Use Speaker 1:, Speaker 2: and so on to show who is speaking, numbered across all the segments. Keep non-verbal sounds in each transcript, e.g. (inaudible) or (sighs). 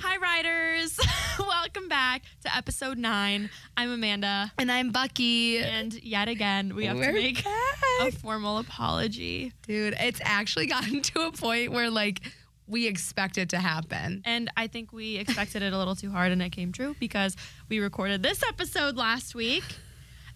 Speaker 1: Hi, riders. (laughs) Welcome back to episode nine. I'm Amanda.
Speaker 2: And I'm Bucky.
Speaker 1: And yet again, we have
Speaker 2: We're
Speaker 1: to make a
Speaker 2: back.
Speaker 1: formal apology.
Speaker 2: Dude, it's actually (laughs) gotten to a point where like we expect it to happen.
Speaker 1: And I think we expected it a little too hard and it came true because we recorded this episode last week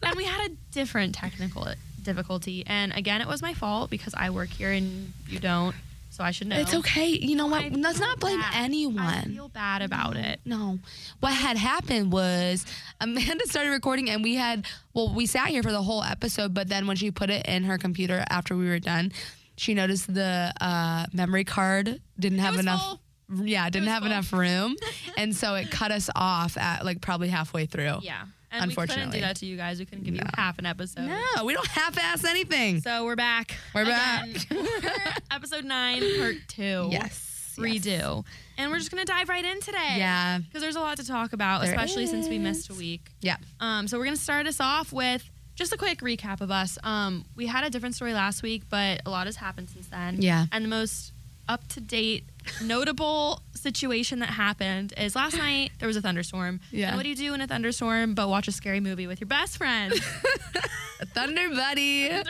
Speaker 1: and we had a different technical difficulty. And again, it was my fault because I work here and you don't. So I should know.
Speaker 2: It's okay. You know what?
Speaker 1: I
Speaker 2: Let's
Speaker 1: feel
Speaker 2: not blame
Speaker 1: bad. I
Speaker 2: anyone.
Speaker 1: feel bad about it.
Speaker 2: No. What had happened was Amanda (laughs) started recording and we had well, we sat here for the whole episode, but then when she put it in her computer after we were done, she noticed the uh, memory card didn't have
Speaker 1: was
Speaker 2: enough yeah, didn't
Speaker 1: was
Speaker 2: have
Speaker 1: full.
Speaker 2: enough (laughs) room. and so it cut us off at like probably halfway through.
Speaker 1: Yeah. And we couldn't
Speaker 2: Unfortunately.
Speaker 1: do that to you guys. We couldn't give you half an episode.
Speaker 2: No, we don't half ass anything.
Speaker 1: So we're back.
Speaker 2: We're back.
Speaker 1: Again. (laughs) We're episode nine, part two.
Speaker 2: Yes.
Speaker 1: Redo. And we're just going to dive right in today.
Speaker 2: Yeah.
Speaker 1: Because there's a lot to talk about,
Speaker 2: There
Speaker 1: especially since we
Speaker 2: is.
Speaker 1: missed a week.
Speaker 2: Yeah.
Speaker 1: Um, so we're going to start us off with just a quick recap of us. Um, we had a different story last week, but a lot has happened since then.
Speaker 2: Yeah.
Speaker 1: And the most up to date, notable situation that happened is last night there was a thunderstorm.
Speaker 2: Yeah.
Speaker 1: And what do you do in a thunderstorm but watch a scary movie with your best
Speaker 2: (laughs)
Speaker 1: friend?
Speaker 2: Thunder Buddy.
Speaker 1: I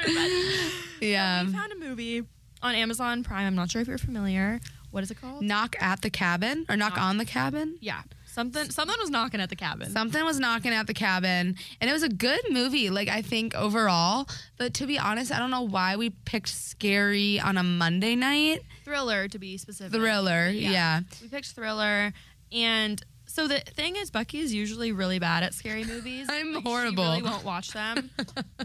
Speaker 2: Yeah.
Speaker 1: found a movie on Amazon Prime. I'm not sure if you're familiar. What is it called?
Speaker 2: Knock at the cabin or knock on the cabin.
Speaker 1: Yeah, something. Someone was knocking at the cabin.
Speaker 2: Something was knocking at the cabin, and it was a good movie, like I think overall. But to be honest, I don't know why we picked scary on a Monday night
Speaker 1: thriller, to be specific.
Speaker 2: thriller. Yeah.
Speaker 1: We picked thriller, and so the thing is, Bucky is usually really bad at scary movies.
Speaker 2: (laughs) I'm
Speaker 1: Like,
Speaker 2: horrible.
Speaker 1: She really won't watch
Speaker 2: (laughs)
Speaker 1: them,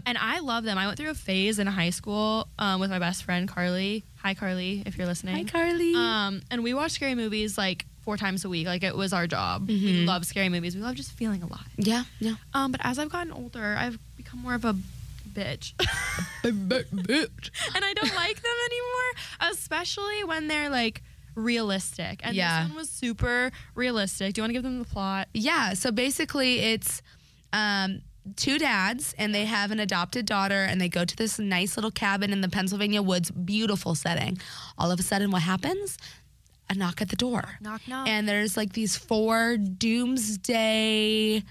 Speaker 1: and I love them. I went through a phase in high school um, with my best friend Carly. Hi, Carly, if you're listening.
Speaker 2: Hi, Carly.
Speaker 1: Um, and we watched scary movies like four times a week. Like it was our job.
Speaker 2: Mm-hmm.
Speaker 1: We love scary movies. We love just feeling alive.
Speaker 2: yeah, yeah.
Speaker 1: Um, but as I've gotten older, I've become more of a bitch. (laughs)
Speaker 2: Bitch.
Speaker 1: and I
Speaker 2: (laughs)
Speaker 1: don't like them anymore, especially when they're like realistic. And
Speaker 2: Yeah.
Speaker 1: this one was super realistic. Do you want to give them the plot?
Speaker 2: Yeah. So basically, it's um, two dads, and they have an adopted daughter, and they go to this nice little cabin in the Pennsylvania woods, beautiful setting. All of a sudden, what happens? A knock at the door.
Speaker 1: Knock, knock.
Speaker 2: And there's like these four doomsday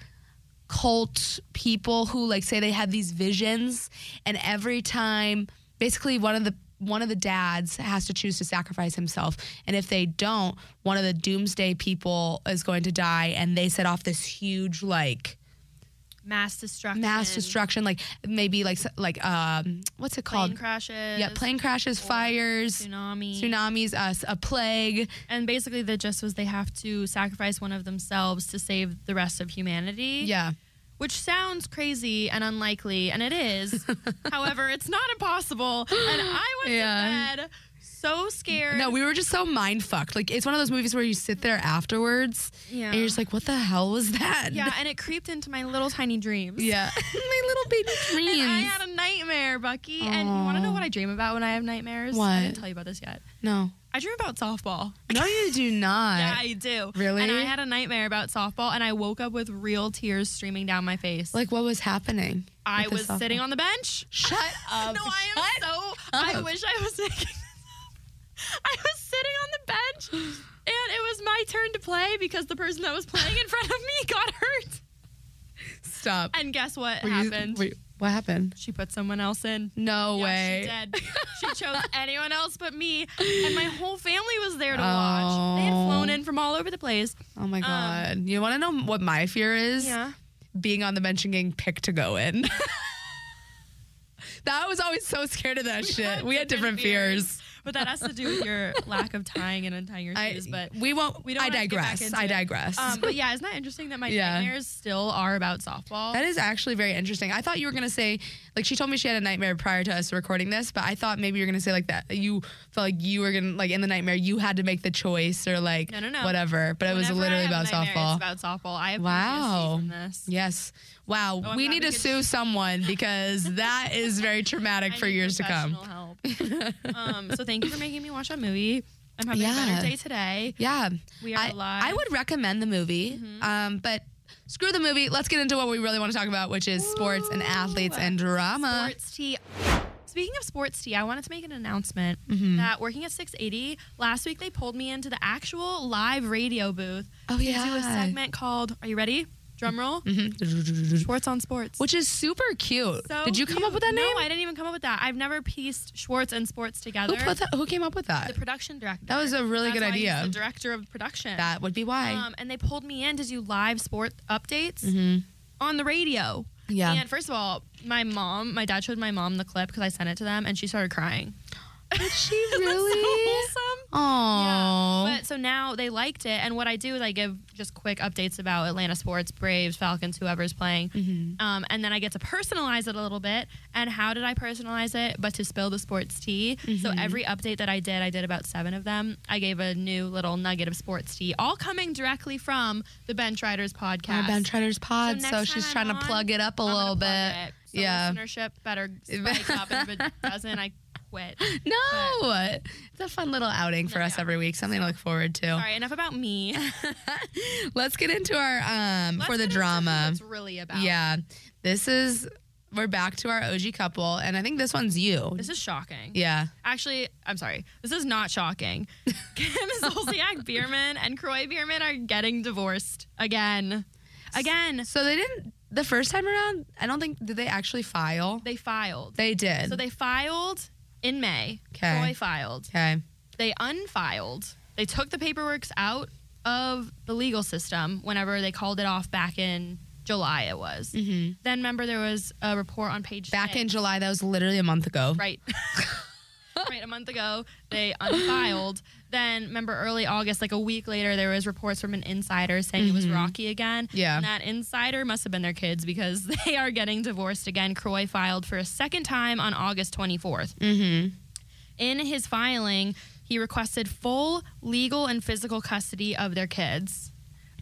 Speaker 2: cult people who like say they have these visions and every time basically one of the one of the dads has to choose to sacrifice himself and if they don't one of the doomsday people is going to die and they set off this huge like
Speaker 1: Mass destruction.
Speaker 2: mass destruction like maybe like s- like um what's it
Speaker 1: Plane
Speaker 2: called
Speaker 1: crashes.
Speaker 2: yeah plane crashes fires
Speaker 1: Tsunami.
Speaker 2: tsunamis uh, a plague
Speaker 1: And basically, the gist was they have to sacrifice one of themselves to save the rest of humanity.
Speaker 2: yeah
Speaker 1: Which sounds crazy and unlikely, and it
Speaker 2: (laughs)
Speaker 1: is. However, it's not impossible. And I went
Speaker 2: Yeah.
Speaker 1: to bed so scared.
Speaker 2: No, we were just so mind fucked. Like it's one of those movies where you sit there afterwards
Speaker 1: Yeah.
Speaker 2: and you're just like, what the hell was that?
Speaker 1: Yeah, and it creeped into my little tiny dreams. (laughs)
Speaker 2: (laughs) Yeah. (laughs) My little baby dreams.
Speaker 1: And I had a nightmare, Bucky. And you want to know what I dream about when I have nightmares? I
Speaker 2: What?
Speaker 1: didn't tell you about this yet.
Speaker 2: no.
Speaker 1: I dream about softball.
Speaker 2: No, you do
Speaker 1: (laughs)
Speaker 2: not.
Speaker 1: Yeah, I do.
Speaker 2: Really?
Speaker 1: And I had a nightmare about softball, and I woke up with real tears streaming down my face.
Speaker 2: like what was happening?
Speaker 1: I
Speaker 2: with the
Speaker 1: was
Speaker 2: softball?
Speaker 1: sitting on the bench.
Speaker 2: (laughs) Shut up.
Speaker 1: no, I am
Speaker 2: Shut
Speaker 1: so. I
Speaker 2: up.
Speaker 1: wish I was (laughs) making this up. I was sitting on the bench, and it was my turn to play because the person that was playing in front of me (laughs) got hurt.
Speaker 2: (laughs) Stop.
Speaker 1: And guess what
Speaker 2: Were you-
Speaker 1: happened?
Speaker 2: wait, what happened?
Speaker 1: She put someone else in.
Speaker 2: No way.
Speaker 1: Yeah, (laughs) She did. She chose anyone else but me, and my whole family was there to watch. They had
Speaker 2: Oh.
Speaker 1: flown in from all over the (laughs) place.
Speaker 2: Oh my god. you wanna know what my fear is? Being on the bench and getting picked to go in. (laughs) That I was always so scared of that shit. we had different fears.
Speaker 1: but that has to do with (laughs) your lack of tying and untying your
Speaker 2: I,
Speaker 1: shoes. (laughs) but
Speaker 2: we won't.
Speaker 1: we
Speaker 2: We
Speaker 1: don't
Speaker 2: don't I
Speaker 1: wanna get back
Speaker 2: digress.
Speaker 1: into
Speaker 2: I
Speaker 1: it.
Speaker 2: digress.
Speaker 1: um, but yeah, isn't that interesting that my
Speaker 2: Yeah.
Speaker 1: nightmares still are about softball?
Speaker 2: that is actually very interesting. I thought you were gonna say Like she told me she had a nightmare prior to us recording this, but I thought maybe you were gonna say like that you felt like you were gonna like in the nightmare you had to make the choice or like
Speaker 1: No, no, no.
Speaker 2: whatever. But it was
Speaker 1: Whenever I
Speaker 2: literally
Speaker 1: have
Speaker 2: about
Speaker 1: a nightmare,
Speaker 2: softball.
Speaker 1: It's about softball. I have
Speaker 2: Wow.
Speaker 1: PTSD from this.
Speaker 2: Yes. Wow.
Speaker 1: Oh, I'm
Speaker 2: we
Speaker 1: glad
Speaker 2: need
Speaker 1: we
Speaker 2: to
Speaker 1: could-
Speaker 2: sue someone
Speaker 1: (laughs)
Speaker 2: because that is very traumatic
Speaker 1: I
Speaker 2: for
Speaker 1: need
Speaker 2: years to come.
Speaker 1: professional (laughs) help. um, so thank you for making me watch that movie. I'm having a
Speaker 2: Yeah.
Speaker 1: better day today.
Speaker 2: Yeah.
Speaker 1: We are
Speaker 2: I,
Speaker 1: alive. Mm-hmm.
Speaker 2: I would recommend the movie, um, but screw the movie. Let's get into what we really want to talk about, which is sports and athletes and drama.
Speaker 1: Sports tea. Speaking of sports tea, I wanted to make an announcement
Speaker 2: Mm-hmm.
Speaker 1: that working at 680 last week they pulled me into the actual live radio booth to
Speaker 2: Oh,
Speaker 1: do
Speaker 2: yeah. Mm-hmm.
Speaker 1: a segment called Are you ready? Drum roll. Sports on sports.
Speaker 2: Which is super cute.
Speaker 1: So
Speaker 2: Did you come up with that
Speaker 1: no,
Speaker 2: name?
Speaker 1: I didn't even come up with that. I've never pieced Schwartz and sports together.
Speaker 2: who, put that, who came up with
Speaker 1: The
Speaker 2: that?
Speaker 1: production director.
Speaker 2: That was a really
Speaker 1: That's
Speaker 2: good
Speaker 1: why he's
Speaker 2: idea.
Speaker 1: the director of production.
Speaker 2: That would be why.
Speaker 1: Um, and they pulled me in to do live sport updates on the radio.
Speaker 2: Mm-hmm. Yeah.
Speaker 1: And first of all, my mom, my dad showed my mom the clip because I sent it to them, and she started crying.
Speaker 2: Did
Speaker 1: (laughs)
Speaker 2: she
Speaker 1: It
Speaker 2: really?
Speaker 1: was so wholesome.
Speaker 2: Oh.
Speaker 1: But so now they liked it, and what I do is I give just quick updates about Atlanta sports, Braves, Falcons, whoever's playing,
Speaker 2: Mm-hmm.
Speaker 1: um, and then I get to personalize it a little bit. And how did I personalize it? But to spill the sports tea. So
Speaker 2: Mm-hmm.
Speaker 1: every update that I did, I did about seven of them. I gave a new little nugget of sports tea, all coming directly from the Bench Riders podcast.
Speaker 2: Our Ben Treader's pod,
Speaker 1: next
Speaker 2: so
Speaker 1: time
Speaker 2: she's
Speaker 1: I'm
Speaker 2: trying
Speaker 1: on,
Speaker 2: to plug it up a
Speaker 1: I'm gonna
Speaker 2: little bit.
Speaker 1: plug it. So
Speaker 2: yeah.
Speaker 1: listenership
Speaker 2: (laughs)
Speaker 1: better spike up, and if it doesn't, I quit.
Speaker 2: No, it's a fun little outing for us
Speaker 1: yeah.
Speaker 2: every week. Something to look forward to.
Speaker 1: All right, enough about
Speaker 2: (laughs)
Speaker 1: me.
Speaker 2: Let's get into our um for
Speaker 1: Let's get into
Speaker 2: the
Speaker 1: who
Speaker 2: drama.
Speaker 1: It's really about.
Speaker 2: Yeah, this is we're back to our OG couple, and I think this one's you.
Speaker 1: This is shocking.
Speaker 2: yeah,
Speaker 1: Actually, I'm sorry. This is not
Speaker 2: (laughs)
Speaker 1: shocking. Kim Zolciak Bierman and Croy Bierman are getting divorced again. Again.
Speaker 2: so they didn't the first time around. I don't think did they actually file.
Speaker 1: They filed.
Speaker 2: They did.
Speaker 1: So they filed in May.
Speaker 2: 'Kay.
Speaker 1: Croy filed.
Speaker 2: okay.
Speaker 1: They unfiled. They took the paperworks out of the legal system whenever they called it off back in July, it was. Mm-hmm. Then remember, there was a report on page
Speaker 2: Back
Speaker 1: six.
Speaker 2: in July, that was literally a month ago.
Speaker 1: Right. (laughs) right, a month ago, they unfiled. Then, remember, early August, like a week later, there was reports from an insider saying it was rocky again.
Speaker 2: Mm-hmm. Yeah.
Speaker 1: And that insider must have been their kids because (laughs) they are getting divorced again. Croy filed for a second time on August 24th. Mm-hmm. In his filing, he requested full legal and physical custody of their kids.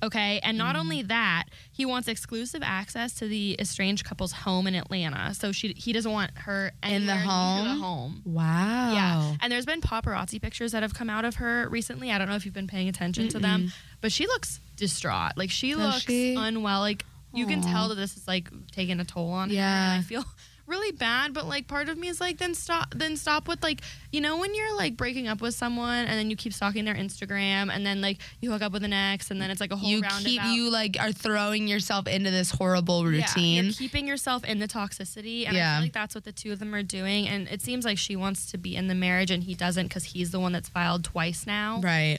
Speaker 1: Okay, and
Speaker 2: Mm.
Speaker 1: not only that, he wants exclusive access to the estranged couple's home in Atlanta. So she, he doesn't want her
Speaker 2: In the
Speaker 1: anywhere near
Speaker 2: home?
Speaker 1: The home.
Speaker 2: Wow.
Speaker 1: Yeah. And there's been paparazzi pictures that have come out of her recently. I don't know if you've been paying attention to them, but she looks distraught. Like she
Speaker 2: Does
Speaker 1: looks
Speaker 2: she?
Speaker 1: unwell. Like you can
Speaker 2: Aw.
Speaker 1: tell that this is like taking a toll on her.
Speaker 2: Yeah.
Speaker 1: And I feel (laughs) really bad, but like part of me is like, then stop then stop with like you know when you're like breaking up with someone and then you keep stalking their Instagram and then like you hook up with an ex and then it's like a whole
Speaker 2: You
Speaker 1: roundabout.
Speaker 2: keep you like are throwing yourself into this horrible
Speaker 1: Yeah,
Speaker 2: routine.
Speaker 1: you're keeping yourself in the toxicity, and I
Speaker 2: Yeah.
Speaker 1: feel like that's what the two of them are doing. And it seems like she wants to be in the marriage, and he doesn't because he's the one that's filed twice now.
Speaker 2: Right.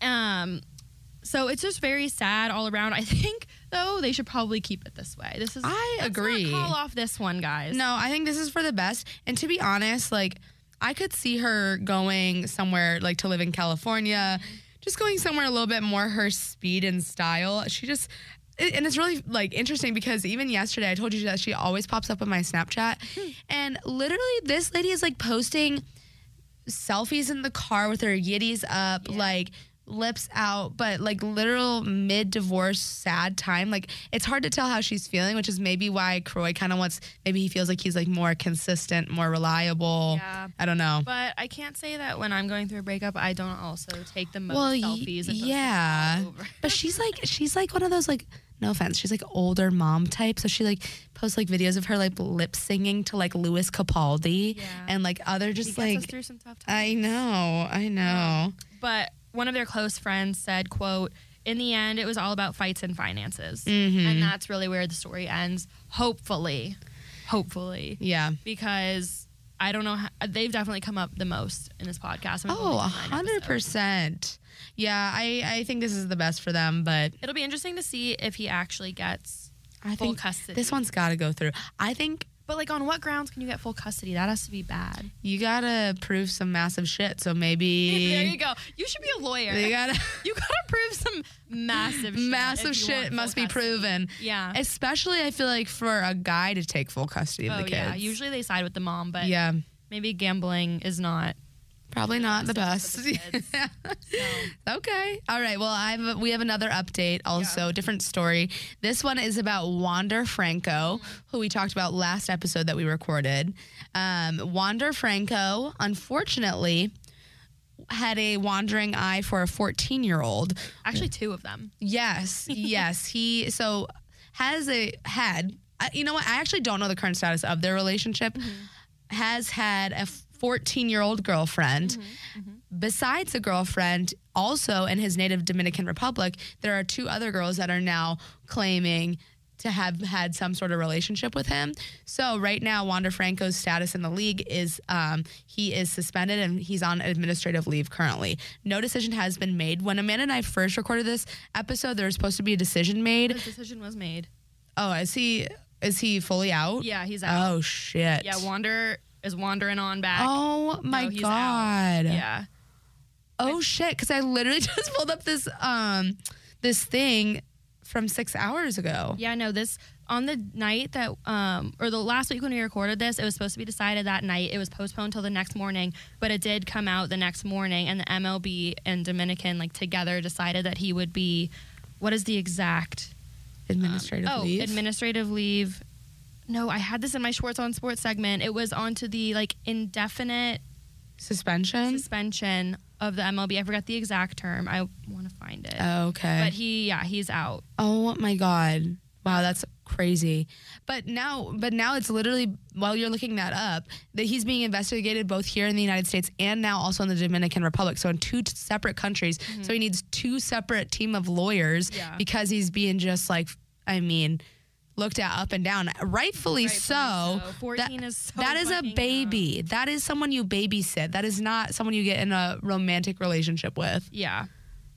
Speaker 1: Um, so it's just very sad all around. I (laughs) think though they should probably keep it this way. This is
Speaker 2: I
Speaker 1: let's not
Speaker 2: agree.
Speaker 1: call off this one, guys.
Speaker 2: No, I think this is for the best. And to be honest, like I could see her going somewhere like to live in California, just going somewhere a little bit more her speed and style. She just it- and it's really like interesting because even yesterday I told you that she always pops up on my Snapchat. And literally this lady is like posting selfies in the car with her yitties up, like lips out, but like literal mid divorce sad time. Like it's hard to tell how she's feeling, which is maybe why Croy kind of wants maybe he feels like he's like more consistent, more reliable.
Speaker 1: Yeah.
Speaker 2: I don't know.
Speaker 1: But I can't say that when I'm going through a breakup, I don't also take the most
Speaker 2: well, y-
Speaker 1: selfies. And post
Speaker 2: yeah.
Speaker 1: them all over.
Speaker 2: but she's like she's like one of those like no offense, she's like older mom type. So she like posts like videos of her like lip singing to like Louis Capaldi
Speaker 1: Yeah.
Speaker 2: and like other
Speaker 1: He
Speaker 2: just
Speaker 1: gets us
Speaker 2: like
Speaker 1: through some tough times.
Speaker 2: I know, I know.
Speaker 1: but one of their close friends said quote in the end it was all about fights and finances
Speaker 2: Mm-hmm.
Speaker 1: and that's really where the story ends hopefully hopefully
Speaker 2: Yeah.
Speaker 1: because i don't know how, they've definitely come up the most in this podcast and we've
Speaker 2: Oh,
Speaker 1: only
Speaker 2: a
Speaker 1: done nine
Speaker 2: hundred
Speaker 1: episodes.
Speaker 2: percent. Yeah, I, I think this is the best for them, but
Speaker 1: it'll be interesting to see if he actually gets
Speaker 2: I
Speaker 1: full
Speaker 2: think
Speaker 1: custody
Speaker 2: this one's got to go through. I think
Speaker 1: But like, on what grounds can you get full custody? That has to be
Speaker 2: (laughs)
Speaker 1: bad.
Speaker 2: You gotta prove some massive shit. So maybe
Speaker 1: (laughs) There you go. You should be a lawyer.
Speaker 2: They
Speaker 1: (laughs)
Speaker 2: gotta-
Speaker 1: you gotta prove some massive, shit
Speaker 2: massive
Speaker 1: if you want
Speaker 2: shit
Speaker 1: full
Speaker 2: must be
Speaker 1: custody.
Speaker 2: proven.
Speaker 1: Yeah.
Speaker 2: Especially, I feel like for a guy to take full custody of
Speaker 1: Oh
Speaker 2: the kids.
Speaker 1: yeah. Usually they side with the mom, but
Speaker 2: Yeah.
Speaker 1: maybe gambling is not.
Speaker 2: Probably not the best.
Speaker 1: for the kids.
Speaker 2: (laughs)
Speaker 1: um,
Speaker 2: okay. All right. Well, I have we have another update also, different story. This one is about Wander Franco, who we talked about last episode that we recorded. Um, Wander Franco, unfortunately, had a wandering eye for a 14-year-old.
Speaker 1: Actually, two of them.
Speaker 2: Yes, yes. He so has a had. I- You know what? I actually don't know the current status of their relationship. Has had a 14 year old girlfriend. Besides a girlfriend, also in his native Dominican Republic, there are two other girls that are now claiming to have had some sort of relationship with him. So right now, Wander Franco's status in the league is um, he is suspended and he's on administrative leave currently. No decision has been made. When Amanda and I first recorded this episode, there was supposed to be a decision made.
Speaker 1: This decision was made.
Speaker 2: Oh, is he is he fully out?
Speaker 1: Yeah, he's out.
Speaker 2: Oh shit.
Speaker 1: Yeah, Wander is wandering on back.
Speaker 2: Oh my
Speaker 1: he's out.
Speaker 2: god.
Speaker 1: Yeah.
Speaker 2: Oh shit, because I literally (laughs) just pulled up this um this thing from six hours ago.
Speaker 1: Yeah, no, this on the night that um or the last week when we recorded this, it was supposed to be decided that night. It was postponed till the next morning, but it did come out the next morning and the MLB and Dominican like together decided that he would be what is the exact
Speaker 2: Administrative
Speaker 1: oh,
Speaker 2: leave.
Speaker 1: administrative leave. No, I had this in my Schwartz on Sports segment. It was onto the like indefinite
Speaker 2: Suspension.
Speaker 1: suspension of the MLB. I forgot the exact term. I want to find it.
Speaker 2: Oh, okay.
Speaker 1: But he, yeah, he's out.
Speaker 2: Oh my god. Wow, that's crazy. But now but now it's literally while you're looking that up, that he's being investigated both here in the United States and now also in the Dominican Republic. So in two t- separate countries. So he needs two separate team of lawyers
Speaker 1: Mm-hmm. Yeah.
Speaker 2: because he's being just like I mean, looked at up and down. Rightfully, so.
Speaker 1: so.
Speaker 2: That-
Speaker 1: 14 is so
Speaker 2: that is a
Speaker 1: fucking um, young.
Speaker 2: baby. That is someone you babysit. That is not someone you get in a romantic relationship with.
Speaker 1: Yeah.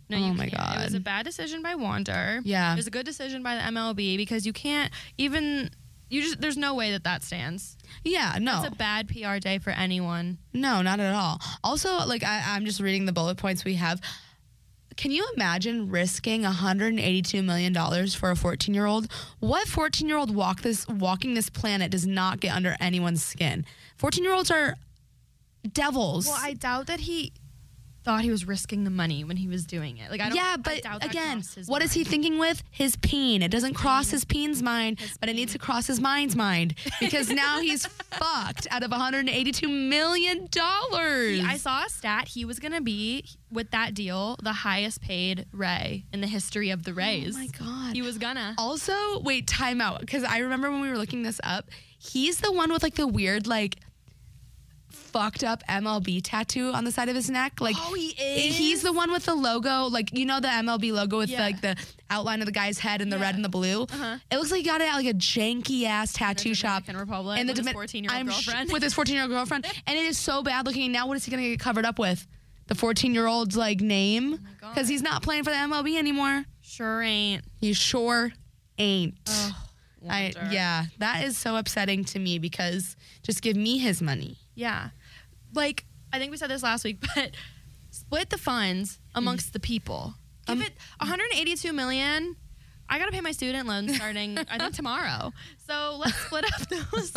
Speaker 1: No,
Speaker 2: Oh
Speaker 1: you
Speaker 2: my
Speaker 1: can't. It was
Speaker 2: God.
Speaker 1: a bad decision by Wander.
Speaker 2: Yeah.
Speaker 1: It was a good decision by the MLB because you can't even. You just there's no way that that stands.
Speaker 2: Yeah, no.
Speaker 1: It's a bad PR day for anyone.
Speaker 2: No, not at all. Also, like I, I'm just reading the bullet points we have. Can you imagine risking 182 million dollars for a 14 year old? What 14 year old walk this walking this planet does not get under anyone's skin? 14 year olds are devils.
Speaker 1: Well, I doubt that he thought he was risking the money when he was doing it. Like I don't.
Speaker 2: yeah,
Speaker 1: I
Speaker 2: but
Speaker 1: doubt that
Speaker 2: again,
Speaker 1: crossed his
Speaker 2: what is he
Speaker 1: mind.
Speaker 2: thinking with? His peen. It doesn't cross his peen's mind, but it needs to cross his mind's
Speaker 1: (laughs)
Speaker 2: mind because now he's fucked out of 182 million dollars.
Speaker 1: I oh saw a stat. He was gonna be with that deal the highest paid Ray in the history of the Rays.
Speaker 2: my God.
Speaker 1: He was gonna.
Speaker 2: Also, wait, time out. Because I remember when we were looking this up, he's the one with like the weird, like, fucked up MLB tattoo on the side of his neck. Like,
Speaker 1: Oh, he
Speaker 2: i- He's
Speaker 1: is?
Speaker 2: the one with the logo, like, you know, the MLB logo with
Speaker 1: Yeah.
Speaker 2: like the outline of the guy's head and the red
Speaker 1: Yeah. Uh-huh.
Speaker 2: and the blue. It looks like he got it at like a janky ass tattoo shop.
Speaker 1: Dominican Republic with his
Speaker 2: Domin-
Speaker 1: 14-year-old
Speaker 2: I'm sh-
Speaker 1: girlfriend.
Speaker 2: with his 14 year old girlfriend. and it is so bad looking. Now, what is he going to get covered up with? The 14 year old's like name?
Speaker 1: Oh God.
Speaker 2: Because he's not playing for the MLB anymore.
Speaker 1: (laughs) Sure ain't.
Speaker 2: You sure ain't. I
Speaker 1: Wander.
Speaker 2: yeah, that is so upsetting to me because just give me his money. (gasps)
Speaker 1: Yeah. Like, I think we said this last week, (laughs) but split the funds amongst the people. Mm. Um, Give it 182 million. I gotta pay my student (laughs) loans starting I think tomorrow. So let's split up (laughs) those.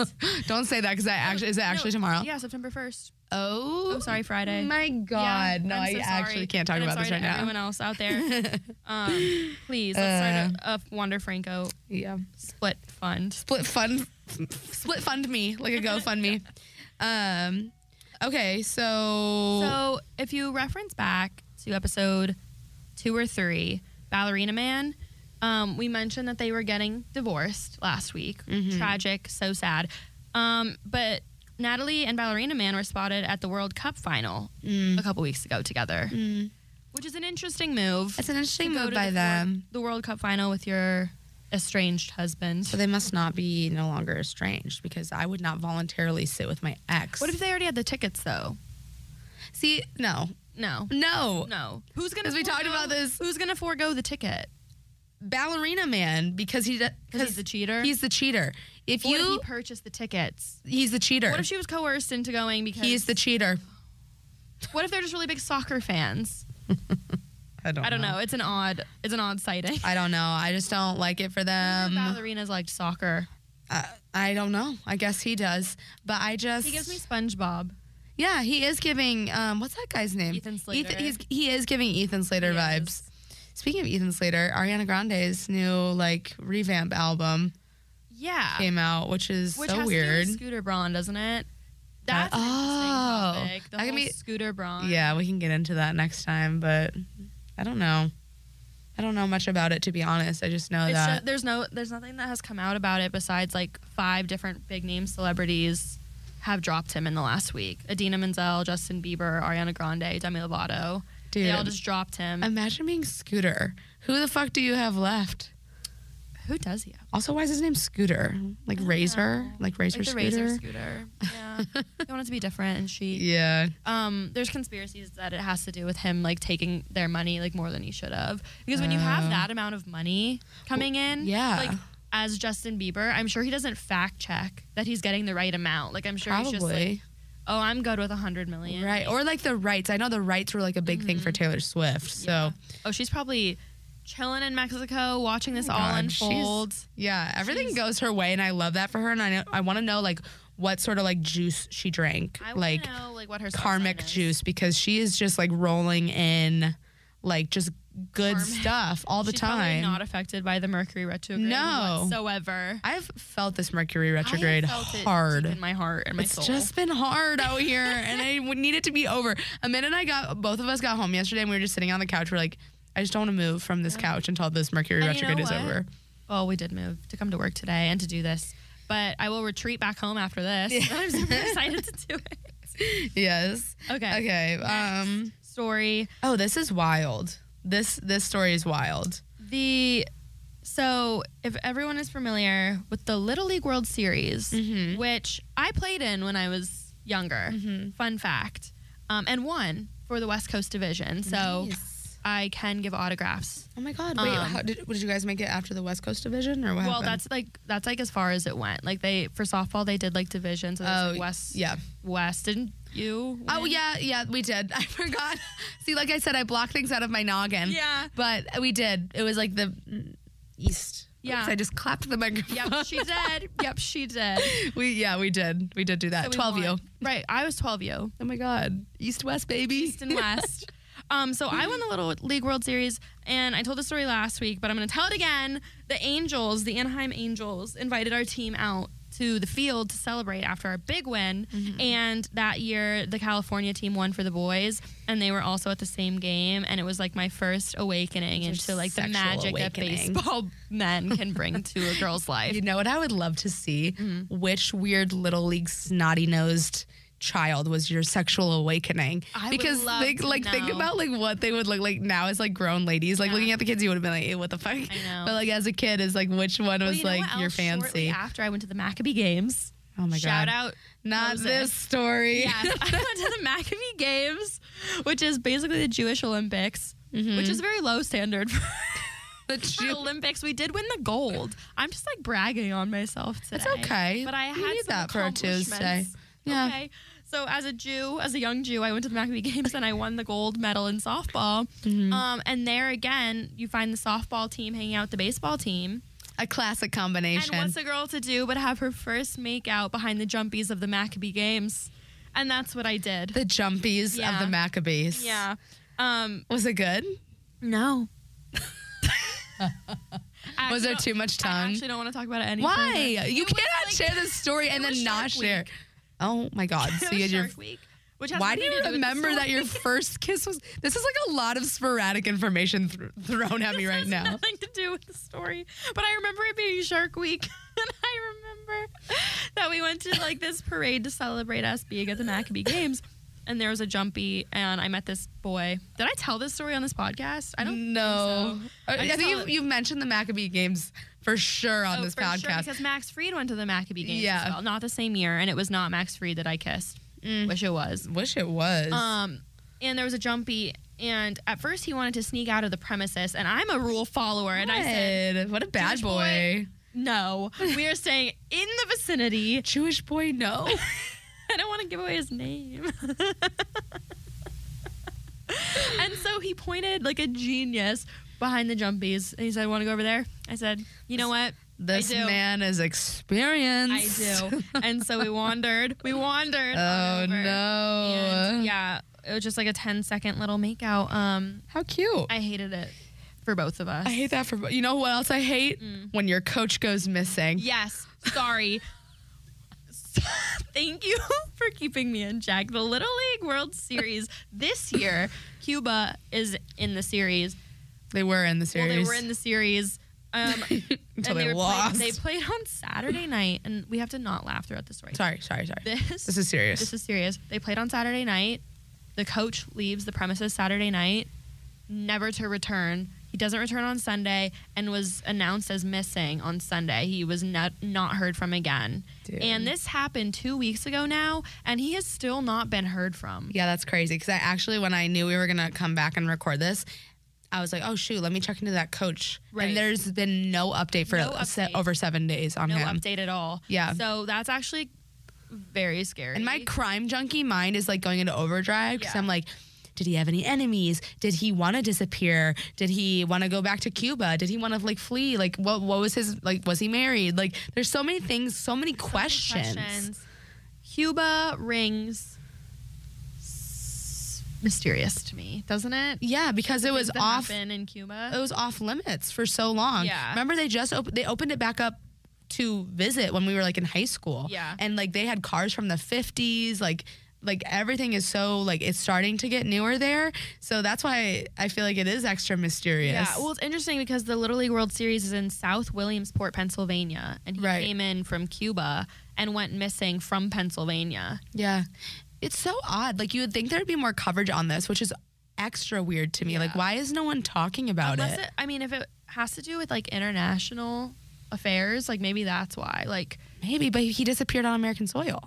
Speaker 2: Don't say that because I actually is it actually tomorrow?
Speaker 1: Yeah, September 1st.
Speaker 2: Oh,
Speaker 1: Oh, sorry, Friday.
Speaker 2: My
Speaker 1: Yeah,
Speaker 2: God, no,
Speaker 1: I'm
Speaker 2: I
Speaker 1: so sorry.
Speaker 2: actually can't talk
Speaker 1: And I'm
Speaker 2: about this
Speaker 1: sorry
Speaker 2: right
Speaker 1: to
Speaker 2: now.
Speaker 1: Everyone else out
Speaker 2: (laughs)
Speaker 1: there, um, please let's start a, a Wander Franco
Speaker 2: Yeah,
Speaker 1: split fund.
Speaker 2: split fund, split fund me like
Speaker 1: (laughs)
Speaker 2: a GoFundMe. um, okay, so,
Speaker 1: So if you reference back to episode two or three, Ballerina Man, um, we mentioned that they were getting divorced last week.
Speaker 2: Mm-hmm.
Speaker 1: Tragic, so sad. Um, but Natalie and Ballerina Man were spotted at the World Cup final
Speaker 2: Mm.
Speaker 1: a couple weeks ago together, which is an interesting move.
Speaker 2: it's an interesting
Speaker 1: to go
Speaker 2: move
Speaker 1: to
Speaker 2: by
Speaker 1: the
Speaker 2: them.
Speaker 1: Wor- the World Cup final with your estranged husband.
Speaker 2: So they must not be no longer estranged because I would not voluntarily sit with my ex.
Speaker 1: What if they already had the tickets though?
Speaker 2: See, no,
Speaker 1: No.
Speaker 2: no,
Speaker 1: No. Who's gonna?
Speaker 2: 'Cause we talked
Speaker 1: forego-
Speaker 2: about this.
Speaker 1: Who's gonna forego the ticket?
Speaker 2: ballerina man because he
Speaker 1: Because he's the cheater.
Speaker 2: He's the cheater. If
Speaker 1: what if
Speaker 2: you
Speaker 1: he purchased the tickets?
Speaker 2: he's the cheater.
Speaker 1: What if she was coerced into going because
Speaker 2: he's the cheater.
Speaker 1: What if they're just really big soccer fans? I don't know. It's an odd it's an odd sighting. (laughs)
Speaker 2: I don't know. I just don't like it for
Speaker 1: um,
Speaker 2: them.
Speaker 1: Ballerinas liked soccer.
Speaker 2: I, I don't know. I guess he does, but I just
Speaker 1: He gives me SpongeBob.
Speaker 2: Yeah, he is giving. Um, what's that guy's name?
Speaker 1: Ethan Slater.
Speaker 2: he's, he is giving Ethan Slater
Speaker 1: He
Speaker 2: vibes.
Speaker 1: is.
Speaker 2: Speaking of Ethan Slater, Ariana Grande's new like revamp album
Speaker 1: Yeah.
Speaker 2: came out, which is
Speaker 1: Ah. Which
Speaker 2: so
Speaker 1: has
Speaker 2: weird.
Speaker 1: to do with Scooter Braun, doesn't it?
Speaker 2: That-
Speaker 1: That's an
Speaker 2: Oh.
Speaker 1: interesting topic. The
Speaker 2: That could
Speaker 1: whole
Speaker 2: be-
Speaker 1: Scooter Braun.
Speaker 2: yeah, we can get into that next time, but I don't know. I don't know much about it to be honest. I just know
Speaker 1: It's
Speaker 2: that
Speaker 1: just, there's no there's nothing that has come out about it besides like five different big name celebrities have dropped him in the last week. Adina Menzel, Justin Bieber, Ariana Grande, Demi Lovato.
Speaker 2: dude.
Speaker 1: They all just dropped him.
Speaker 2: imagine being Scooter. Who the fuck do you have left?
Speaker 1: Who does he have?
Speaker 2: Also, why is his name Scooter? Like Razor,
Speaker 1: Mm-hmm. know.
Speaker 2: like Razor
Speaker 1: Like the
Speaker 2: Scooter.
Speaker 1: Razor Scooter.
Speaker 2: (laughs)
Speaker 1: Yeah. they want it to be different and she
Speaker 2: Yeah,
Speaker 1: um, there's conspiracies that it has to do with him like taking their money like more than he should have because when you
Speaker 2: Oh.
Speaker 1: have that amount of money coming in
Speaker 2: yeah.
Speaker 1: like as justin bieber i'm sure he doesn't fact check that he's getting the right amount like i'm sure he's just like
Speaker 2: probably.
Speaker 1: oh i'm good with a 100 million
Speaker 2: Right. Or like the rights. I know the rights were like a big thing for Taylor Swift. So
Speaker 1: Mm-hmm. Yeah. oh she's probably chilling in mexico watching this all
Speaker 2: God, she's-
Speaker 1: unfold
Speaker 2: yeah, everything
Speaker 1: She's-
Speaker 2: goes her way and I love that for her and I know, I want to know like what sort of like juice she drank.
Speaker 1: I wanna
Speaker 2: like
Speaker 1: know, like what her star
Speaker 2: karmic
Speaker 1: sign is.
Speaker 2: juice because she is just like rolling in like just good
Speaker 1: Karmic.
Speaker 2: stuff all the
Speaker 1: She's probably
Speaker 2: time.
Speaker 1: not affected by the mercury retrograde
Speaker 2: No.
Speaker 1: whatsoever
Speaker 2: I've felt this Mercury
Speaker 1: I
Speaker 2: retrograde
Speaker 1: felt it deep
Speaker 2: hard.
Speaker 1: in my heart and my
Speaker 2: it's
Speaker 1: soul
Speaker 2: just been hard out here and I would need it to be over. Amanda and I got both of us got home yesterday and we were just sitting on the couch. We're like, I just don't want to move from this couch until this Mercury
Speaker 1: And you know
Speaker 2: retrograde is
Speaker 1: what?
Speaker 2: over.
Speaker 1: Well, oh, we did move to come to work today and to do this, but I will retreat back home after this. (laughs) I'm super excited to do it.
Speaker 2: Yes.
Speaker 1: Okay.
Speaker 2: Okay. Um
Speaker 1: Story.
Speaker 2: oh, this is wild. This this story is wild.
Speaker 1: The so if everyone is familiar with the Little League World Series,
Speaker 2: Mhm.
Speaker 1: which I played in when I was younger.
Speaker 2: Mm-hmm.
Speaker 1: Fun fact, um, and won for the West Coast Division. So I can give autographs.
Speaker 2: Oh my god. Wait,
Speaker 1: Um,
Speaker 2: how did, did you guys make it after the West Coast division or what
Speaker 1: Well,
Speaker 2: happened?
Speaker 1: that's like that's like as far as it went. Like they for softball they did like divisions. So there's,
Speaker 2: Oh,
Speaker 1: like, West
Speaker 2: yeah.
Speaker 1: West. Didn't you?
Speaker 2: Oh
Speaker 1: win?
Speaker 2: yeah, yeah, we did. (laughs) I forgot. See, like I said, I block things out of my noggin.
Speaker 1: Yeah.
Speaker 2: But we did. It was like the mm, east.
Speaker 1: Yeah.
Speaker 2: Oops, I just clapped the microphone.
Speaker 1: Yep,
Speaker 2: (laughs)
Speaker 1: she did. Yep, she did.
Speaker 2: we yeah, we did. We did do that.
Speaker 1: So we
Speaker 2: (laughs) Twelve
Speaker 1: won.
Speaker 2: you.
Speaker 1: Right. I was 12 you.
Speaker 2: Oh my god. East West baby.
Speaker 1: East and West.
Speaker 2: (laughs)
Speaker 1: Um, so I won the Little League World Series, and I told the story last week, but I'm going to tell it again. The Angels, the Anaheim Angels, invited our team out to the field to celebrate after our big win.
Speaker 2: Mm-hmm.
Speaker 1: And that year, the California team won for the boys, and they were also at the same game. And it was like my first awakening
Speaker 2: It's
Speaker 1: into
Speaker 2: your
Speaker 1: like the
Speaker 2: sexual
Speaker 1: magic
Speaker 2: awakening.
Speaker 1: that
Speaker 2: (laughs)
Speaker 1: baseball men can bring to a girl's life.
Speaker 2: You know what I would love to see?
Speaker 1: Mm-hmm.
Speaker 2: Which weird little league snotty nosed child was your sexual awakening?
Speaker 1: I would
Speaker 2: because
Speaker 1: love
Speaker 2: think
Speaker 1: to
Speaker 2: like think
Speaker 1: know.
Speaker 2: about like what they would look like now as like grown ladies. Like
Speaker 1: Yeah.
Speaker 2: looking at the kids, you would have been like, "Ew, "What the fuck?"
Speaker 1: know.
Speaker 2: But like as a kid, is like which one
Speaker 1: Well,
Speaker 2: was
Speaker 1: you know
Speaker 2: like
Speaker 1: what
Speaker 2: your
Speaker 1: else? Shortly
Speaker 2: fancy?
Speaker 1: After I went to the Maccabee games.
Speaker 2: Oh my
Speaker 1: Shout
Speaker 2: god!
Speaker 1: out.
Speaker 2: Not
Speaker 1: Moses.
Speaker 2: this story.
Speaker 1: Yeah, (laughs) I went to the Maccabee Games, which is basically the Jewish Olympics, which is a very low standard for,
Speaker 2: Mm-hmm. (laughs) The
Speaker 1: for (laughs)
Speaker 2: Jew-
Speaker 1: Olympics. We did win the gold. I'm just like bragging on myself today.
Speaker 2: It's okay.
Speaker 1: But I
Speaker 2: We
Speaker 1: had
Speaker 2: need
Speaker 1: some
Speaker 2: that for a
Speaker 1: accomplishments.
Speaker 2: Tuesday. Yeah.
Speaker 1: Okay. So as a Jew, as a young Jew, I went to the Maccabee Games and I won the gold medal in softball.
Speaker 2: Mm-hmm.
Speaker 1: Um, and there again, you find the softball team hanging out with the baseball team.
Speaker 2: (laughs) A classic
Speaker 1: And
Speaker 2: combination.
Speaker 1: what's a girl to do but have her first make out behind the jumpies of the Maccabee Games? And that's what I did.
Speaker 2: the jumpies
Speaker 1: Yeah.
Speaker 2: of the Maccabees.
Speaker 1: Yeah. Um,
Speaker 2: Was it good?
Speaker 1: (laughs) no.
Speaker 2: Was there too much
Speaker 1: I
Speaker 2: tongue?
Speaker 1: actually don't want to talk about it anymore.
Speaker 2: Why? You
Speaker 1: was
Speaker 2: cannot
Speaker 1: like-
Speaker 2: share this story and
Speaker 1: it was
Speaker 2: then not
Speaker 1: Shark Week.
Speaker 2: share. Oh my God.
Speaker 1: (laughs)
Speaker 2: So you had your.
Speaker 1: Shark Week, which has
Speaker 2: Why do
Speaker 1: nothing
Speaker 2: you
Speaker 1: to with the
Speaker 2: remember that
Speaker 1: story. (laughs)
Speaker 2: your first kiss was? This is like a lot of sporadic information thr thrown at (laughs) me
Speaker 1: This
Speaker 2: right
Speaker 1: has
Speaker 2: now.
Speaker 1: Nothing to do with the story, but I remember it being Shark Week, (laughs) and I remember that we went to like this parade to celebrate us being at the Maccabee Games, and there was a jumpy, and I met this boy. Did I tell this story on this podcast? (laughs) I don't.
Speaker 2: No,
Speaker 1: think so.
Speaker 2: I,
Speaker 1: I
Speaker 2: I
Speaker 1: just
Speaker 2: think
Speaker 1: saw
Speaker 2: you,
Speaker 1: it.
Speaker 2: you mentioned the Maccabee games for sure on
Speaker 1: Oh,
Speaker 2: this
Speaker 1: for sure,
Speaker 2: podcast.
Speaker 1: because Max Fried went to the Maccabee Games
Speaker 2: Yeah.
Speaker 1: as well.
Speaker 2: Mm.
Speaker 1: Not the same year, and it was not Max Fried that I kissed. Wish it was.
Speaker 2: Wish it was.
Speaker 1: Um, and there was a jumpy. And at first, he wanted to sneak out of the premises, and I'm a rule follower, and I said,
Speaker 2: what a bad
Speaker 1: Jewish boy. "No, we are staying in the
Speaker 2: (laughs)
Speaker 1: vicinity."
Speaker 2: Jewish boy, no.
Speaker 1: (laughs) I don't want to give away his name. (laughs) and so he pointed like a genius behind the jumpies, and he said, "Want to go over there?" I said, "You know
Speaker 2: (laughs)
Speaker 1: what?
Speaker 2: this
Speaker 1: do.
Speaker 2: man is
Speaker 1: I
Speaker 2: experienced. (laughs)
Speaker 1: do. and so we wandered. We wandered.
Speaker 2: oh
Speaker 1: on over.
Speaker 2: no.
Speaker 1: And yeah, it was just like a 10 second little makeout. Um,
Speaker 2: How cute.
Speaker 1: I hated it for both of us. Mm.
Speaker 2: I hate that for you know what else I hate when your coach goes missing.
Speaker 1: yes, sorry. (laughs) Thank you (laughs) for keeping me in check. The Little League World Series this year, Cuba is in the series.
Speaker 2: They were in the
Speaker 1: Well,
Speaker 2: series.
Speaker 1: they were in the series. Um,
Speaker 2: (laughs) until
Speaker 1: and
Speaker 2: they,
Speaker 1: were
Speaker 2: lost.
Speaker 1: Played, they played on Saturday night, and we have to not laugh throughout the story.
Speaker 2: sorry, sorry, sorry.
Speaker 1: This
Speaker 2: This is serious.
Speaker 1: This is serious. They played on Saturday night. The coach leaves the premises Saturday night, never to return. He doesn't return on Sunday and was announced as missing on Sunday. He was not not heard from again.
Speaker 2: Dude.
Speaker 1: And this happened 2 weeks ago now and he has still not been heard from.
Speaker 2: yeah, that's crazy. Because I actually, when I knew we were gonna come back and record this, I was like, oh shoot, let me check into that coach.
Speaker 1: Right.
Speaker 2: And there's been no update for
Speaker 1: No
Speaker 2: se-
Speaker 1: update.
Speaker 2: over seven days on
Speaker 1: No
Speaker 2: him.
Speaker 1: update at all.
Speaker 2: Yeah.
Speaker 1: So that's actually very scary.
Speaker 2: And my crime junkie mind is like going into overdrive because
Speaker 1: Yeah.
Speaker 2: I'm like, did he have any enemies? Did he want to disappear? Did he want to go back to Cuba? Did he want to like flee? Like, what? What was his like? Was he married? Like, there's so many things, so many questions.
Speaker 1: questions. Cuba rings s- mysterious to me, doesn't it?
Speaker 2: Yeah, because it was
Speaker 1: that
Speaker 2: off.
Speaker 1: happen in Cuba.
Speaker 2: It was off limits for so long.
Speaker 1: Yeah.
Speaker 2: Remember, they just op- they opened it back up to visit when we were like in high school.
Speaker 1: Yeah.
Speaker 2: And like they had cars from the 50s, like like everything is so like it's starting to get newer there. So that's why I feel like it is extra mysterious.
Speaker 1: Yeah, well, it's interesting because the Little League World Series is in South Williamsport, Pennsylvania, and he
Speaker 2: Right.
Speaker 1: came in from Cuba and went missing from Pennsylvania.
Speaker 2: yeah. It's so odd. Like you would think there'd be more coverage on this, which is extra weird to me. Like why is no one talking about
Speaker 1: Unless
Speaker 2: it?
Speaker 1: it, I mean, if it has to do with like international affairs, like maybe that's why. Like,
Speaker 2: Maybe, but he disappeared on American soil.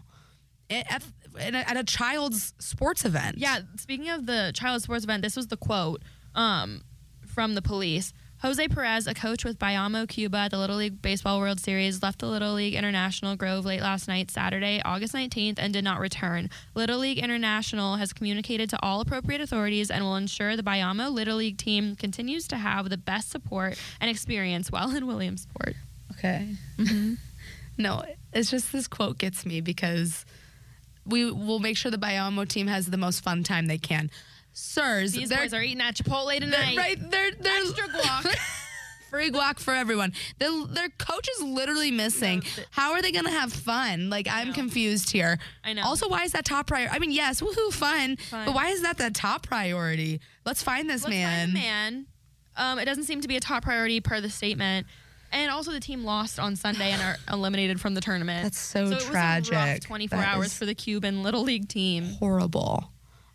Speaker 2: At, at- at a child's sports event.
Speaker 1: yeah. Speaking of the child sports event, this was the quote um, from the police. Jose Perez, a coach with Bayamo Cuba at the Little League Baseball World Series, left the Little League International Grove late last night, Saturday, August 19th, and did not return. Little League International has communicated to all appropriate authorities and will ensure the Bayamo Little League team continues to have the best support and experience while in Williamsport.
Speaker 2: Okay.
Speaker 1: Mm-hmm.
Speaker 2: (laughs) no, it's just this quote gets me because we will make sure the Biombo team has the most fun time they can. Sirs,
Speaker 1: These
Speaker 2: they're,
Speaker 1: boys are eating at Chipotle
Speaker 2: they're
Speaker 1: tonight.
Speaker 2: (laughs) right. They're they're
Speaker 1: Extra guac.
Speaker 2: (laughs) free guac for everyone. Their their coach is literally missing. How are they gonna have fun? Like I'm confused here.
Speaker 1: I know.
Speaker 2: Also, why is that top priority? I mean, yes, woohoo, fun,
Speaker 1: Fun.
Speaker 2: But why is that the top priority? Let's find this
Speaker 1: Let's
Speaker 2: man.
Speaker 1: find a man. Um, it doesn't seem to be a top priority per the statement. And also, the team lost on Sunday and
Speaker 2: (sighs)
Speaker 1: are eliminated from the tournament.
Speaker 2: That's so
Speaker 1: it was a rough
Speaker 2: tragic.
Speaker 1: 24
Speaker 2: That
Speaker 1: hours
Speaker 2: is-
Speaker 1: for the Cuban Little League team.
Speaker 2: Horrible.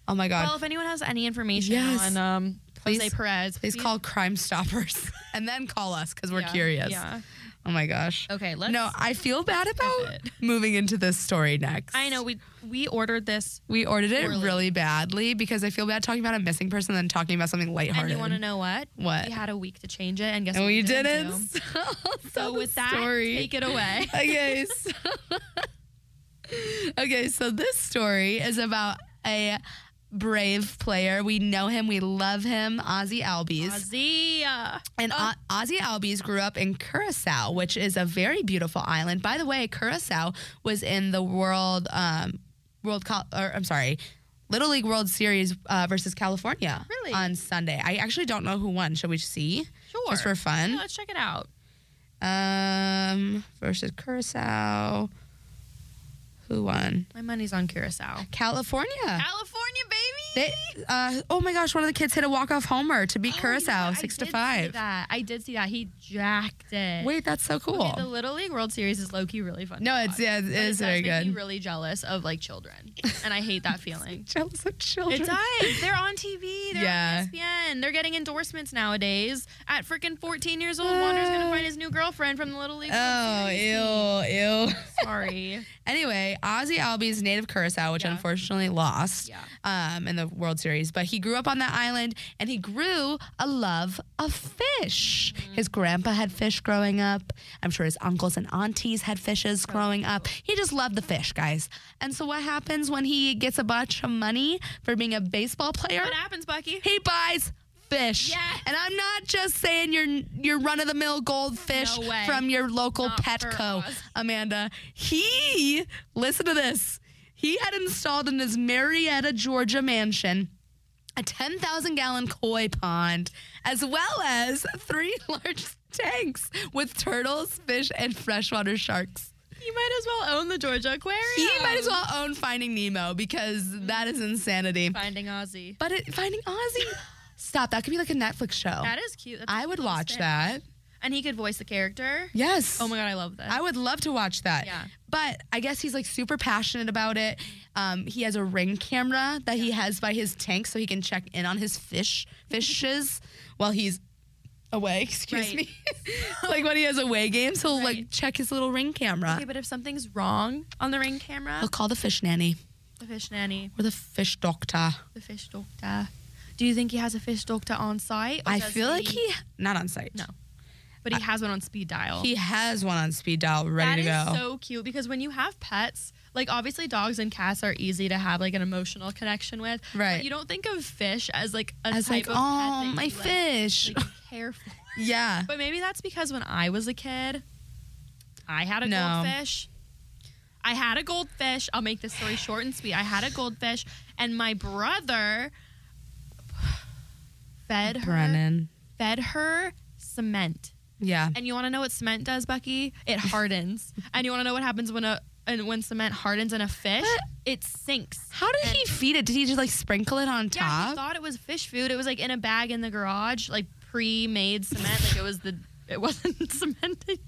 Speaker 2: Oh my god.
Speaker 1: Well, if anyone has any information
Speaker 2: Yes.
Speaker 1: on um, Jose
Speaker 2: Please-
Speaker 1: Perez,
Speaker 2: Please call Crime Stoppers (laughs) and then call us because we're curious.
Speaker 1: Yeah.
Speaker 2: Oh my gosh.
Speaker 1: Okay, let's.
Speaker 2: no, I feel bad about
Speaker 1: it.
Speaker 2: moving into this story next.
Speaker 1: I know we we ordered this,
Speaker 2: We ordered it
Speaker 1: Poorly.
Speaker 2: really badly because I feel bad talking about a missing person and then talking about something lighthearted.
Speaker 1: and you want to know what?
Speaker 2: What?
Speaker 1: We had a week to change it, and guess
Speaker 2: And
Speaker 1: what?
Speaker 2: we
Speaker 1: do?
Speaker 2: didn't.
Speaker 1: So with that,
Speaker 2: story.
Speaker 1: take it away.
Speaker 2: (laughs) okay. So, (laughs) okay, so this story is about a brave player. We know him, we love him, Ozzy Albies.
Speaker 1: Azia.
Speaker 2: And O- Ozzy Albies grew up in Curacao, which is a very beautiful island. By the way, Curacao was in the World um, World Col- or I'm sorry, Little League World Series uh, versus California
Speaker 1: Really?
Speaker 2: on Sunday. I actually don't know who won. Should we see?
Speaker 1: Sure.
Speaker 2: Just for
Speaker 1: Yeah,
Speaker 2: fun.
Speaker 1: Let's check it out.
Speaker 2: Um, versus Curacao. Who won?
Speaker 1: My money's on Curacao.
Speaker 2: California.
Speaker 1: California, baby.
Speaker 2: They, uh, oh my gosh! One of the kids hit a walk-off homer to beat
Speaker 1: Oh, you know
Speaker 2: Curacao,
Speaker 1: what? I
Speaker 2: six to
Speaker 1: did See
Speaker 2: five.
Speaker 1: that. I did see that. He jacked it.
Speaker 2: Wait, that's so cool.
Speaker 1: Okay, the
Speaker 2: (laughs)
Speaker 1: Little League World Series is low key really fun.
Speaker 2: No,
Speaker 1: to
Speaker 2: it's-
Speaker 1: watch.
Speaker 2: yeah, it
Speaker 1: But
Speaker 2: is
Speaker 1: does
Speaker 2: very
Speaker 1: make me
Speaker 2: good.
Speaker 1: really jealous of like
Speaker 2: (laughs)
Speaker 1: children, and I hate that feeling.
Speaker 2: Jealous of children.
Speaker 1: it does. They're on E TV. They're
Speaker 2: Yeah.
Speaker 1: on ESPN. men. They're getting endorsements nowadays. At freaking 14 years old, Wander's going to find his
Speaker 2: (sighs)
Speaker 1: new girlfriend from the Little League. (laughs)
Speaker 2: Oh, ew, ew. (laughs)
Speaker 1: Sorry.
Speaker 2: Anyway, Ozzy Albies, native Curacao, which
Speaker 1: Yeah.
Speaker 2: unfortunately lost
Speaker 1: Yeah.
Speaker 2: um, in the World Series, but he grew up on that island and he grew a love of fish.
Speaker 1: Mm-hmm.
Speaker 2: His grandpa had fish growing up. I'm sure his uncles and aunties had fishes growing up. He just loved the fish, guys. And so, what happens when he gets a bunch of money for being a baseball player?
Speaker 1: What happens, Bucky?
Speaker 2: He buys fish.
Speaker 1: Yes.
Speaker 2: And I'm not just saying your your run of the mill goldfish
Speaker 1: No way.
Speaker 2: from your local
Speaker 1: Not for
Speaker 2: Petco,
Speaker 1: us.
Speaker 2: Amanda. He listen to this. He had installed in his Marietta, Georgia mansion a 10,000 gallon koi pond, as well as three (laughs) large tanks with turtles, fish, and freshwater sharks.
Speaker 1: You might as well own the Georgia Aquarium.
Speaker 2: He might as well own Finding Nemo because that is insanity.
Speaker 1: Finding Ozzy.
Speaker 2: But it, Finding
Speaker 1: (laughs)
Speaker 2: Ozzy, stop. That could be like a Netflix show.
Speaker 1: That is cute. That's a
Speaker 2: Oh. I
Speaker 1: cute
Speaker 2: would
Speaker 1: little
Speaker 2: watch
Speaker 1: spin.
Speaker 2: that.
Speaker 1: And he could voice the character.
Speaker 2: Yes.
Speaker 1: Oh my God, I love this.
Speaker 2: I would love to watch that.
Speaker 1: Yeah.
Speaker 2: But I guess he's like super passionate about it. Um, he has a ring camera that he has by his tank so he can check in on his fish fishes (laughs) while he's away. (laughs) Excuse
Speaker 1: Right.
Speaker 2: me. like when he has away games, he'll
Speaker 1: Right.
Speaker 2: like check his little ring camera.
Speaker 1: okay, but if something's wrong on the ring camera,
Speaker 2: He'll call the fish nanny
Speaker 1: the fish nanny,
Speaker 2: or the fish doctor.
Speaker 1: the fish doctor. Do you think he has a fish doctor on site? or
Speaker 2: I
Speaker 1: does
Speaker 2: feel like he not on site.
Speaker 1: No. But he has one on speed dial.
Speaker 2: He has one on speed dial
Speaker 1: That
Speaker 2: ready
Speaker 1: is
Speaker 2: to go.
Speaker 1: so cute because when you have pets, like obviously dogs and cats are easy to have like an emotional connection with.
Speaker 2: Right.
Speaker 1: But you don't think of fish as like a
Speaker 2: I was
Speaker 1: type
Speaker 2: like,
Speaker 1: of pet
Speaker 2: oh,
Speaker 1: that
Speaker 2: my
Speaker 1: you, like,
Speaker 2: fish.
Speaker 1: like, care for.
Speaker 2: (laughs) yeah.
Speaker 1: But maybe that's because when I was a kid, I had a
Speaker 2: No.
Speaker 1: goldfish. I had a goldfish. I'll make this story short and sweet. I had a goldfish, and my brother fed her
Speaker 2: Brennan.
Speaker 1: fed her cement.
Speaker 2: Yeah.
Speaker 1: And you want to know what cement does, Bucky? It hardens. and you want to know what happens when a and when cement hardens in a fish?
Speaker 2: But-
Speaker 1: It sinks.
Speaker 2: How did he feed it? Did he just like sprinkle it on
Speaker 1: Yeah, he
Speaker 2: top?
Speaker 1: thought it was fish food. It was like in a bag in the garage, like pre-made cement. like it was the it wasn't (laughs) cemented.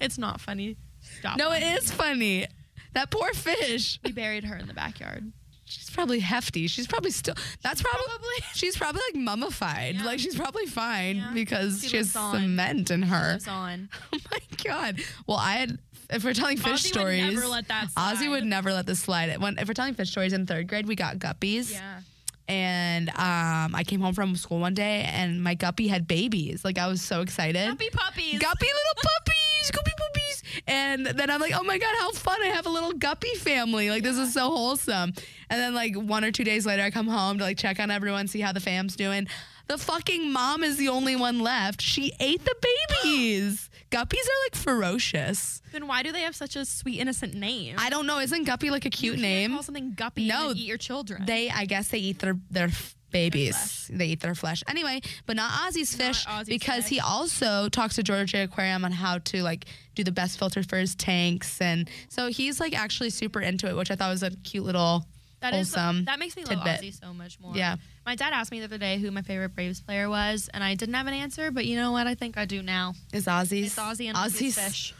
Speaker 1: It's not funny. Stop.
Speaker 2: no, it is funny. That poor fish.
Speaker 1: We buried her in the backyard.
Speaker 2: She's probably hefty. She's probably still. That's probably.
Speaker 1: Probably. (laughs)
Speaker 2: She's probably like mummified.
Speaker 1: Yeah.
Speaker 2: Like she's probably fine
Speaker 1: Yeah.
Speaker 2: because
Speaker 1: She
Speaker 2: she has
Speaker 1: lives on.
Speaker 2: cement in her.
Speaker 1: Lives on.
Speaker 2: (laughs) Oh my god. Well, I had. If we're telling fish
Speaker 1: Ozzy would
Speaker 2: stories,
Speaker 1: never let that slide.
Speaker 2: Ozzy would never let this slide. When if we're telling fish stories in third grade, we got guppies.
Speaker 1: Yeah.
Speaker 2: And um, I came home from school one day and my guppy had babies. Like I was so excited.
Speaker 1: Puppy puppies.
Speaker 2: guppy little puppies, guppy puppies. And then I'm like, oh my God, how fun. I have a little guppy family. Like, this is so wholesome. And then, like, one or two days later, I come home to like check on everyone, see how the fam's doing. The fucking mom is the only one left. She ate the babies. Guppies are like ferocious.
Speaker 1: then why do they have such a sweet innocent name?
Speaker 2: I don't know. Isn't guppy like a
Speaker 1: You
Speaker 2: cute
Speaker 1: can't
Speaker 2: name?
Speaker 1: Call something guppy.
Speaker 2: No,
Speaker 1: No, and then eat your children.
Speaker 2: They, I guess, they eat their their f- babies. they eat their flesh anyway, but not Ozzy's
Speaker 1: Not
Speaker 2: fish
Speaker 1: Ozzy's
Speaker 2: because
Speaker 1: fish.
Speaker 2: he also talks to Georgia Aquarium on how to like do the best filter for his tanks, and so he's like actually super into it, which I thought was a cute little
Speaker 1: That is
Speaker 2: wholesome.
Speaker 1: that makes me love
Speaker 2: tidbit.
Speaker 1: Ozzy so much more.
Speaker 2: Yeah.
Speaker 1: My dad asked me the other day who my favorite Braves player was, and I didn't have an answer. But you know what? I think I do now.
Speaker 2: is Ozzy's
Speaker 1: It's Ozzy and Ozzy's
Speaker 2: Ozzy's
Speaker 1: fish.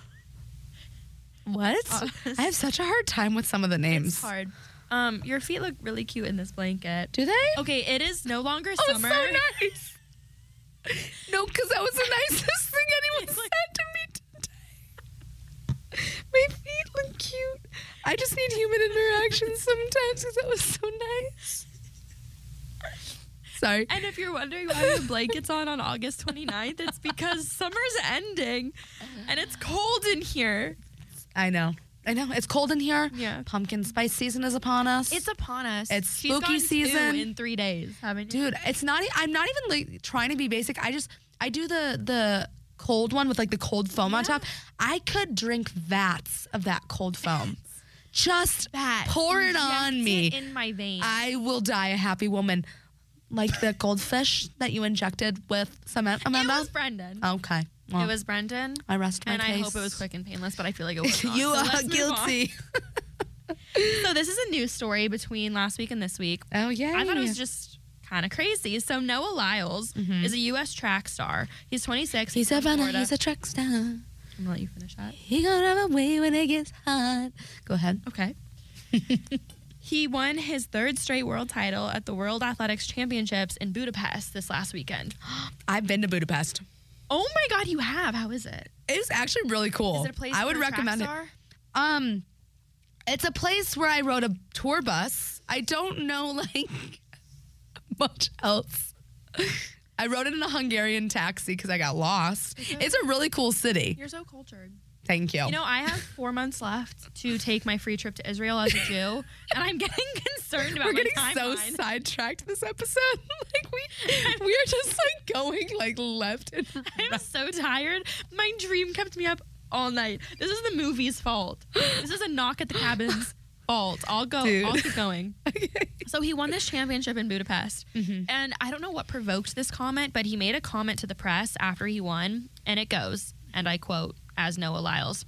Speaker 2: What?
Speaker 1: Oz-
Speaker 2: I have such a hard time with some of the
Speaker 1: It's
Speaker 2: names.
Speaker 1: hard. Um, your feet look really cute in this blanket.
Speaker 2: Do they?
Speaker 1: Okay, it is no longer
Speaker 2: oh,
Speaker 1: summer.
Speaker 2: so nice. no, because that was the nicest thing anyone said to me today. My feet look cute. I just need human interaction sometimes because that was so nice. Sorry.
Speaker 1: And if you're wondering why the blanket's on on August 29th, it's (laughs) because summer's ending and it's cold in here.
Speaker 2: I know. I know. It's cold in here.
Speaker 1: Yeah.
Speaker 2: Pumpkin spice season is upon us.
Speaker 1: It's upon us.
Speaker 2: It's
Speaker 1: She's
Speaker 2: spooky
Speaker 1: gotten two
Speaker 2: season.
Speaker 1: in three days, haven't you?
Speaker 2: dude it's not e- i'm not even like trying to be basic i just i do the the cold one with like the cold foam on top i could drink vats of that cold foam just
Speaker 1: That
Speaker 2: pour it
Speaker 1: inject
Speaker 2: on me
Speaker 1: in my veins.
Speaker 2: i will die a happy woman like the goldfish that you injected with cement
Speaker 1: it
Speaker 2: amanda
Speaker 1: was Brendan.
Speaker 2: okay well,
Speaker 1: it was Brendan.
Speaker 2: i rest my
Speaker 1: and I
Speaker 2: case.
Speaker 1: hope it was quick and painless, but I feel like it (laughs) was. Not.
Speaker 2: (laughs) you
Speaker 1: So
Speaker 2: are
Speaker 1: let's move on.
Speaker 2: guilty Oh,
Speaker 1: So this is a news story between last week and this week.
Speaker 2: oh yeah
Speaker 1: I thought it was just kind of crazy. So Noah Lyles is a U.S. track star. He's 26.
Speaker 2: Mm-hmm. he's a
Speaker 1: from
Speaker 2: runner
Speaker 1: Florida.
Speaker 2: he's a truck star
Speaker 1: I'm gonna let you finish that.
Speaker 2: he gonna run away when it gets hot go ahead
Speaker 1: Okay. (laughs) He won his third straight world title at the World Athletics Championships in Budapest this last weekend.
Speaker 2: I've been to Budapest.
Speaker 1: Oh my God, you have. How is it?
Speaker 2: It was actually really cool.
Speaker 1: Is it a place
Speaker 2: I would
Speaker 1: where tracks
Speaker 2: recommend it.
Speaker 1: are?
Speaker 2: Um, it's a place where I rode a tour bus. I don't know (laughs) like much else. I rode it in a Hungarian taxi because I got lost. It's a really cool city.
Speaker 1: You're so cultured.
Speaker 2: Thank you.
Speaker 1: You know, I have four (laughs) months left to take my free trip to Israel as a Jew, and I'm getting (laughs) concerned about
Speaker 2: we're
Speaker 1: my
Speaker 2: getting so
Speaker 1: timeline.
Speaker 2: sidetracked this episode. (laughs) like we we are just like going like left and
Speaker 1: (laughs) I'm so tired. My dream kept me up all night. This is the movie's fault. This is a knock at the cabin's fault. I'll go.
Speaker 2: Dude.
Speaker 1: I'll keep going. So he won this championship in Budapest, and I don't know what provoked this comment, but he made a comment to the press after he won, and it goes, and I quote, as Noah Lyles.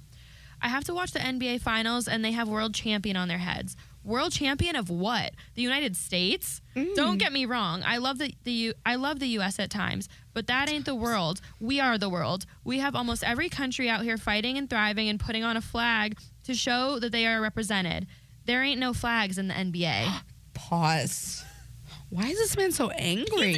Speaker 1: I have to watch the NBA finals and they have world champion on their heads. World champion of what? The United States? Don't get me wrong. I love the, the U, I love the US at times, but that ain't the world. We are the world. We have almost every country out here fighting and thriving and putting on a flag to show that they are represented. There ain't no flags in the NBA.
Speaker 2: pause. Why is this man so (gasps) angry?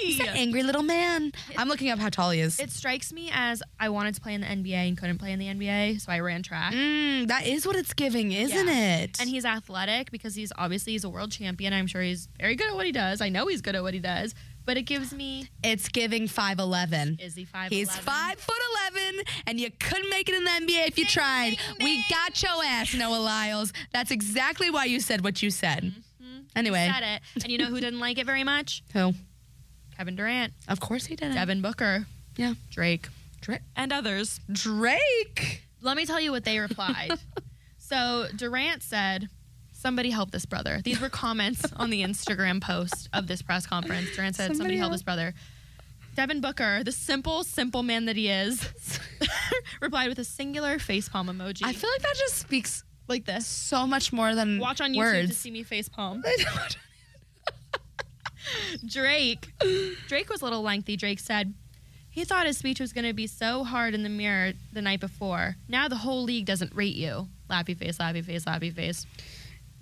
Speaker 2: He's an
Speaker 1: Angry.
Speaker 2: angry little man. I'm looking up how tall he is.
Speaker 1: It strikes me as I wanted to play in the NBA and couldn't play in the NBA, so I ran track.
Speaker 2: Mm, that is what it's giving, isn't
Speaker 1: Yeah.
Speaker 2: it?
Speaker 1: and he's athletic because he's obviously he's a world champion. I'm sure he's very good at what he does. I know he's good at what he does, but it gives me
Speaker 2: it's giving five eleven.
Speaker 1: is he five?
Speaker 2: He's five foot eleven, and you couldn't make it in the NBA if you tried. We got your ass, Noah Lyles. That's exactly why you said what you said. Anyway,
Speaker 1: Said it, and Mm-hmm. you know who didn't like it very much?
Speaker 2: (laughs) who?
Speaker 1: Kevin Durant,
Speaker 2: Of course he didn't.
Speaker 1: Devin Booker,
Speaker 2: Yeah,
Speaker 1: Drake,
Speaker 2: Dra-
Speaker 1: and others.
Speaker 2: Drake.
Speaker 1: Let me tell you what they
Speaker 2: (laughs)
Speaker 1: replied. so Durant said. Somebody help this brother. These were comments on the Instagram post of this press conference. Durant said,
Speaker 2: Somebody
Speaker 1: Somebody help
Speaker 2: help.
Speaker 1: this brother. Devin Booker, the simple, simple man that he is, (laughs) replied with a singular facepalm emoji.
Speaker 2: I feel like that just speaks
Speaker 1: like this.
Speaker 2: so much more than
Speaker 1: Watch on YouTube to
Speaker 2: (laughs) words.
Speaker 1: see me face palm.
Speaker 2: YouTube.
Speaker 1: Drake. Drake was a little lengthy. Drake said he thought his speech was going to be so hard in the mirror the night before. Now the whole league doesn't rate you. Lappy face, lappy face, lappy face.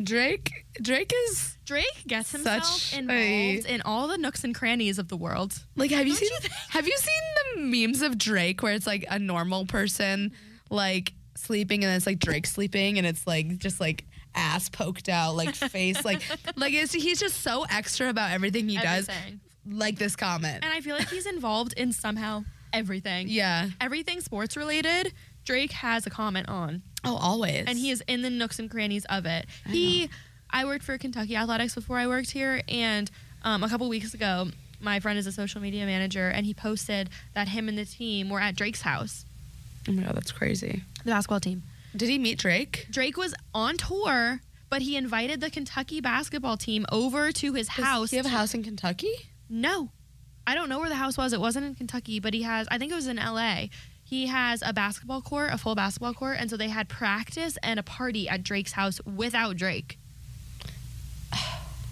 Speaker 2: Drake. Drake is
Speaker 1: Drake gets himself
Speaker 2: Such
Speaker 1: involved
Speaker 2: a-
Speaker 1: in all the nooks and crannies of the world.
Speaker 2: Like, have you seen?
Speaker 1: you think-
Speaker 2: have you seen the memes of Drake where it's like a normal person like sleeping, and it's like Drake sleeping, and it's like just like ass poked out, (laughs) like face, like like it's, he's just so extra about everything he
Speaker 1: Everything.
Speaker 2: does. Like this comment,
Speaker 1: And I feel like he's involved in somehow everything.
Speaker 2: yeah.
Speaker 1: Everything sports related, Drake has a comment on.
Speaker 2: Oh, always.
Speaker 1: and he is in the nooks and crannies of it. he, I worked for Kentucky Athletics before I worked here, and um, a couple weeks ago, my friend is a social media manager, and he posted that him and the team were at Drake's house,
Speaker 2: Oh my god, that's crazy.
Speaker 1: the basketball team.
Speaker 2: Did he meet Drake?
Speaker 1: Drake was on tour, but he invited the Kentucky basketball team over to his
Speaker 2: Does
Speaker 1: house.
Speaker 2: He have a house in Kentucky.
Speaker 1: No, I don't know where the house was. It wasn't in Kentucky, but he has. I think it was in L.A. He has a basketball court, a full basketball court, and so they had practice and a party at Drake's house without Drake.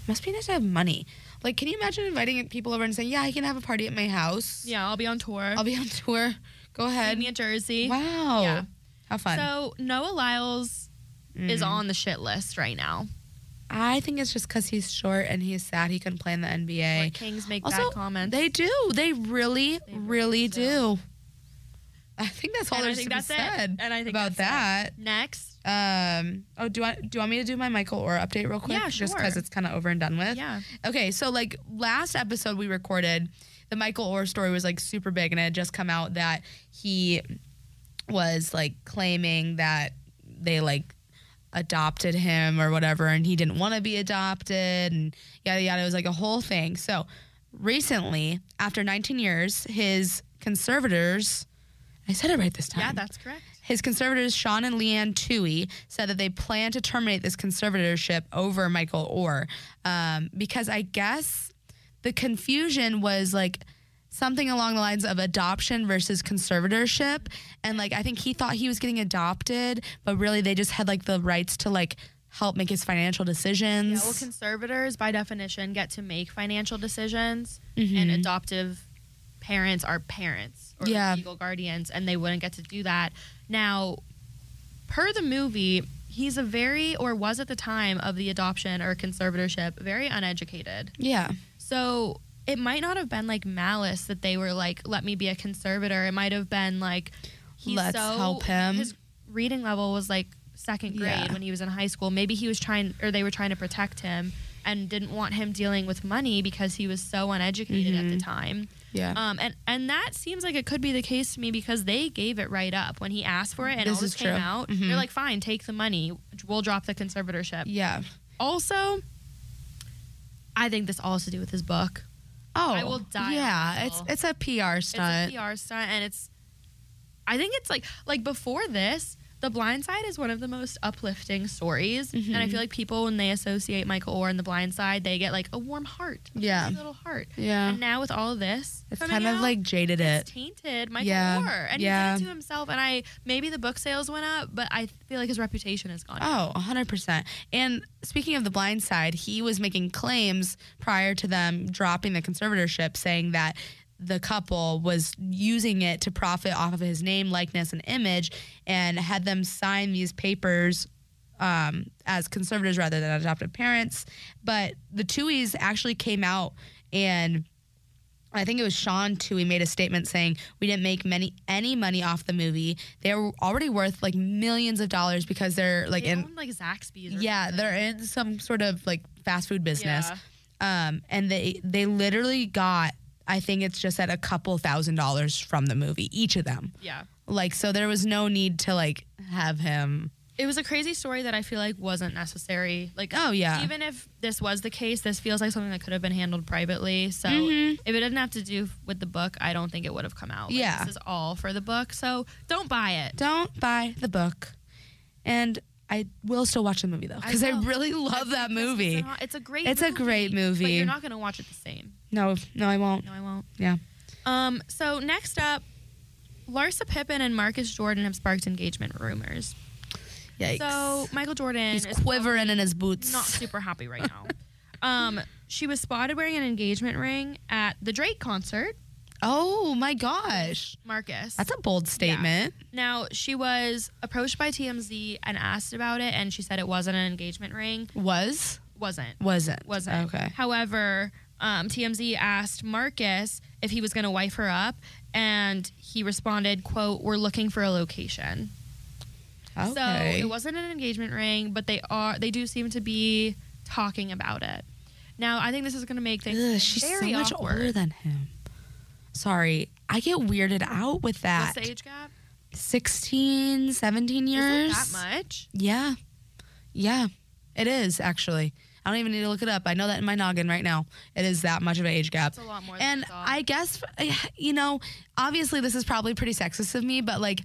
Speaker 2: Must be nice to have money. Like, can you imagine inviting people over and saying, "Yeah, I can have a party at my house.
Speaker 1: Yeah, I'll be on tour.
Speaker 2: I'll be on tour. Go
Speaker 1: in
Speaker 2: ahead."
Speaker 1: New Jersey.
Speaker 2: Wow.
Speaker 1: Yeah.
Speaker 2: How fun.
Speaker 1: So Noah Lyles is
Speaker 2: Mhm.
Speaker 1: on the shit list right now.
Speaker 2: I think it's just because he's short and he's sad he couldn't play in the
Speaker 1: Like,
Speaker 2: NBA.
Speaker 1: Kings make
Speaker 2: Also,
Speaker 1: bad comments.
Speaker 2: They do. They really,
Speaker 1: They really
Speaker 2: really
Speaker 1: do.
Speaker 2: do. I think that's all
Speaker 1: And I
Speaker 2: there's
Speaker 1: think
Speaker 2: to be
Speaker 1: that's it.
Speaker 2: said
Speaker 1: And I think
Speaker 2: about that.
Speaker 1: that's Next,
Speaker 2: Um, oh, do I do you want me to do my Michael Orr update real quick?
Speaker 1: Yeah,
Speaker 2: Just
Speaker 1: sure.
Speaker 2: because it's kind of over and done with.
Speaker 1: yeah,
Speaker 2: Okay, so like last episode we recorded, the Michael Orr story was like super big, and it had just come out that he was like claiming that they like adopted him or whatever, and he didn't want to be adopted, and yada yada. It was like a whole thing. So recently, after 19 years, his conservators, I said it right this time.
Speaker 1: yeah, that's correct.
Speaker 2: His conservators, Sean and Leanne Toohey, said that they plan to terminate this conservatorship over Michael Orr um, because I guess the confusion was like something along the lines of adoption versus conservatorship. And like, I think he thought he was getting adopted, but really they just had like the rights to like help make his financial
Speaker 1: Yeah,
Speaker 2: decisions.
Speaker 1: well, conservators by definition get to make financial decisions,
Speaker 2: Mm-hmm.
Speaker 1: and adoptive parents are parents or
Speaker 2: Yeah.
Speaker 1: legal guardians, and they wouldn't get to do that. Now, per the movie, he's a very or was at the time of the adoption or conservatorship very uneducated.
Speaker 2: Yeah.
Speaker 1: So it might not have been like malice that they were like, let me be a conservator. It might have been like, he's
Speaker 2: Let's
Speaker 1: so-
Speaker 2: help him.
Speaker 1: His reading level was like second grade
Speaker 2: Yeah.
Speaker 1: when he was in high school. Maybe he was trying, or they were trying to protect him and didn't want him dealing with money because he was so uneducated at
Speaker 2: Mm-hmm.
Speaker 1: the time.
Speaker 2: Yeah.
Speaker 1: Um, and and that seems like it could be the case to me because they gave it right up when he asked for it and
Speaker 2: This
Speaker 1: all this
Speaker 2: is
Speaker 1: came
Speaker 2: true.
Speaker 1: out.
Speaker 2: Mhm.
Speaker 1: They're like, fine, take the money. We'll drop the conservatorship.
Speaker 2: yeah.
Speaker 1: Also, I think this all has to do with his book.
Speaker 2: Oh,
Speaker 1: I will die on
Speaker 2: Yeah,
Speaker 1: this
Speaker 2: it's it's a PR stunt.
Speaker 1: It's a PR stunt, and it's. I think it's like like before this, The Blind Side is one of the most uplifting stories, and
Speaker 2: Mm-hmm.
Speaker 1: I feel like people when they associate Michael Orr and The Blind Side, they get like a warm heart, a
Speaker 2: Yeah.
Speaker 1: tiny little heart.
Speaker 2: Yeah.
Speaker 1: And now with all of this,
Speaker 2: It's
Speaker 1: coming
Speaker 2: kind of
Speaker 1: out,
Speaker 2: like jaded
Speaker 1: it's
Speaker 2: it.
Speaker 1: tainted Michael
Speaker 2: Yeah.
Speaker 1: Orr, and
Speaker 2: Yeah.
Speaker 1: he did it to himself. And I maybe the book sales went up, but I feel like his reputation is gone.
Speaker 2: Oh, 100%. And speaking of the blind side, he was making claims prior to them dropping the conservatorship saying that the couple was using it to profit off of his name, likeness, and image and had them sign these papers um, as conservators rather than adoptive parents. But the Tuies actually came out and I think it was Sean Too. He made a statement saying we didn't make many any money off the movie. They were already worth like millions of dollars because they're like
Speaker 1: They
Speaker 2: in
Speaker 1: own, like Zaxby's. Or
Speaker 2: yeah they're in some sort of like fast food business.
Speaker 1: Yeah.
Speaker 2: Um, and they they literally got I think it's just at a couple thousand dollars from the movie each of them.
Speaker 1: yeah.
Speaker 2: Like so there was no need to like have him.
Speaker 1: it was a crazy story that I feel like wasn't necessary. Like,
Speaker 2: Oh, yeah.
Speaker 1: even if this was the case, this feels like something that could have been handled privately. So if it didn't have to do with the book, I don't think it would have come out. Like,
Speaker 2: Mm-hmm. Yeah.
Speaker 1: this is all for the book, so don't buy it.
Speaker 2: Don't buy the book. And I will still watch the movie though because I,
Speaker 1: will.
Speaker 2: really love that movie.
Speaker 1: It's, a great.
Speaker 2: It's a great
Speaker 1: But
Speaker 2: movie.
Speaker 1: you're not gonna watch it the same.
Speaker 2: No, no, I won't.
Speaker 1: No, I won't.
Speaker 2: Yeah.
Speaker 1: Um. So next up, Larsa Pippen and Marcus Jordan have sparked engagement rumors.
Speaker 2: Yikes.
Speaker 1: So Michael Jordan
Speaker 2: he's
Speaker 1: is probably-
Speaker 2: quivering in his boots. (laughs)
Speaker 1: not super happy right now. um, she was spotted wearing an engagement ring at the Drake concert.
Speaker 2: oh my gosh.
Speaker 1: Marcus.
Speaker 2: That's a bold statement.
Speaker 1: now she was approached by TMZ and asked about it, and she said it wasn't an engagement ring.
Speaker 2: Was?
Speaker 1: Wasn't.
Speaker 2: Wasn't.
Speaker 1: Wasn't.
Speaker 2: Okay.
Speaker 1: However, um, TMZ asked Marcus if he was going to wife her up, and he responded, "quote We're looking for a location."
Speaker 2: Okay.
Speaker 1: So it wasn't an engagement ring, but they are they do seem to be talking about it. Now I think this is going to make things
Speaker 2: Ugh, she's so
Speaker 1: very
Speaker 2: much
Speaker 1: awkward.
Speaker 2: older than him. Sorry. I get weirded out with that.
Speaker 1: What's the age gap?
Speaker 2: 16, 17
Speaker 1: Is
Speaker 2: years.
Speaker 1: it that much?
Speaker 2: Yeah. Yeah. It is actually. I don't even need to look it up. I know that in my noggin right now. It is that much of an age gap.
Speaker 1: It's a lot more.
Speaker 2: And
Speaker 1: than thought.
Speaker 2: I guess, (sighs) you know, obviously this is probably pretty sexist of me, but like,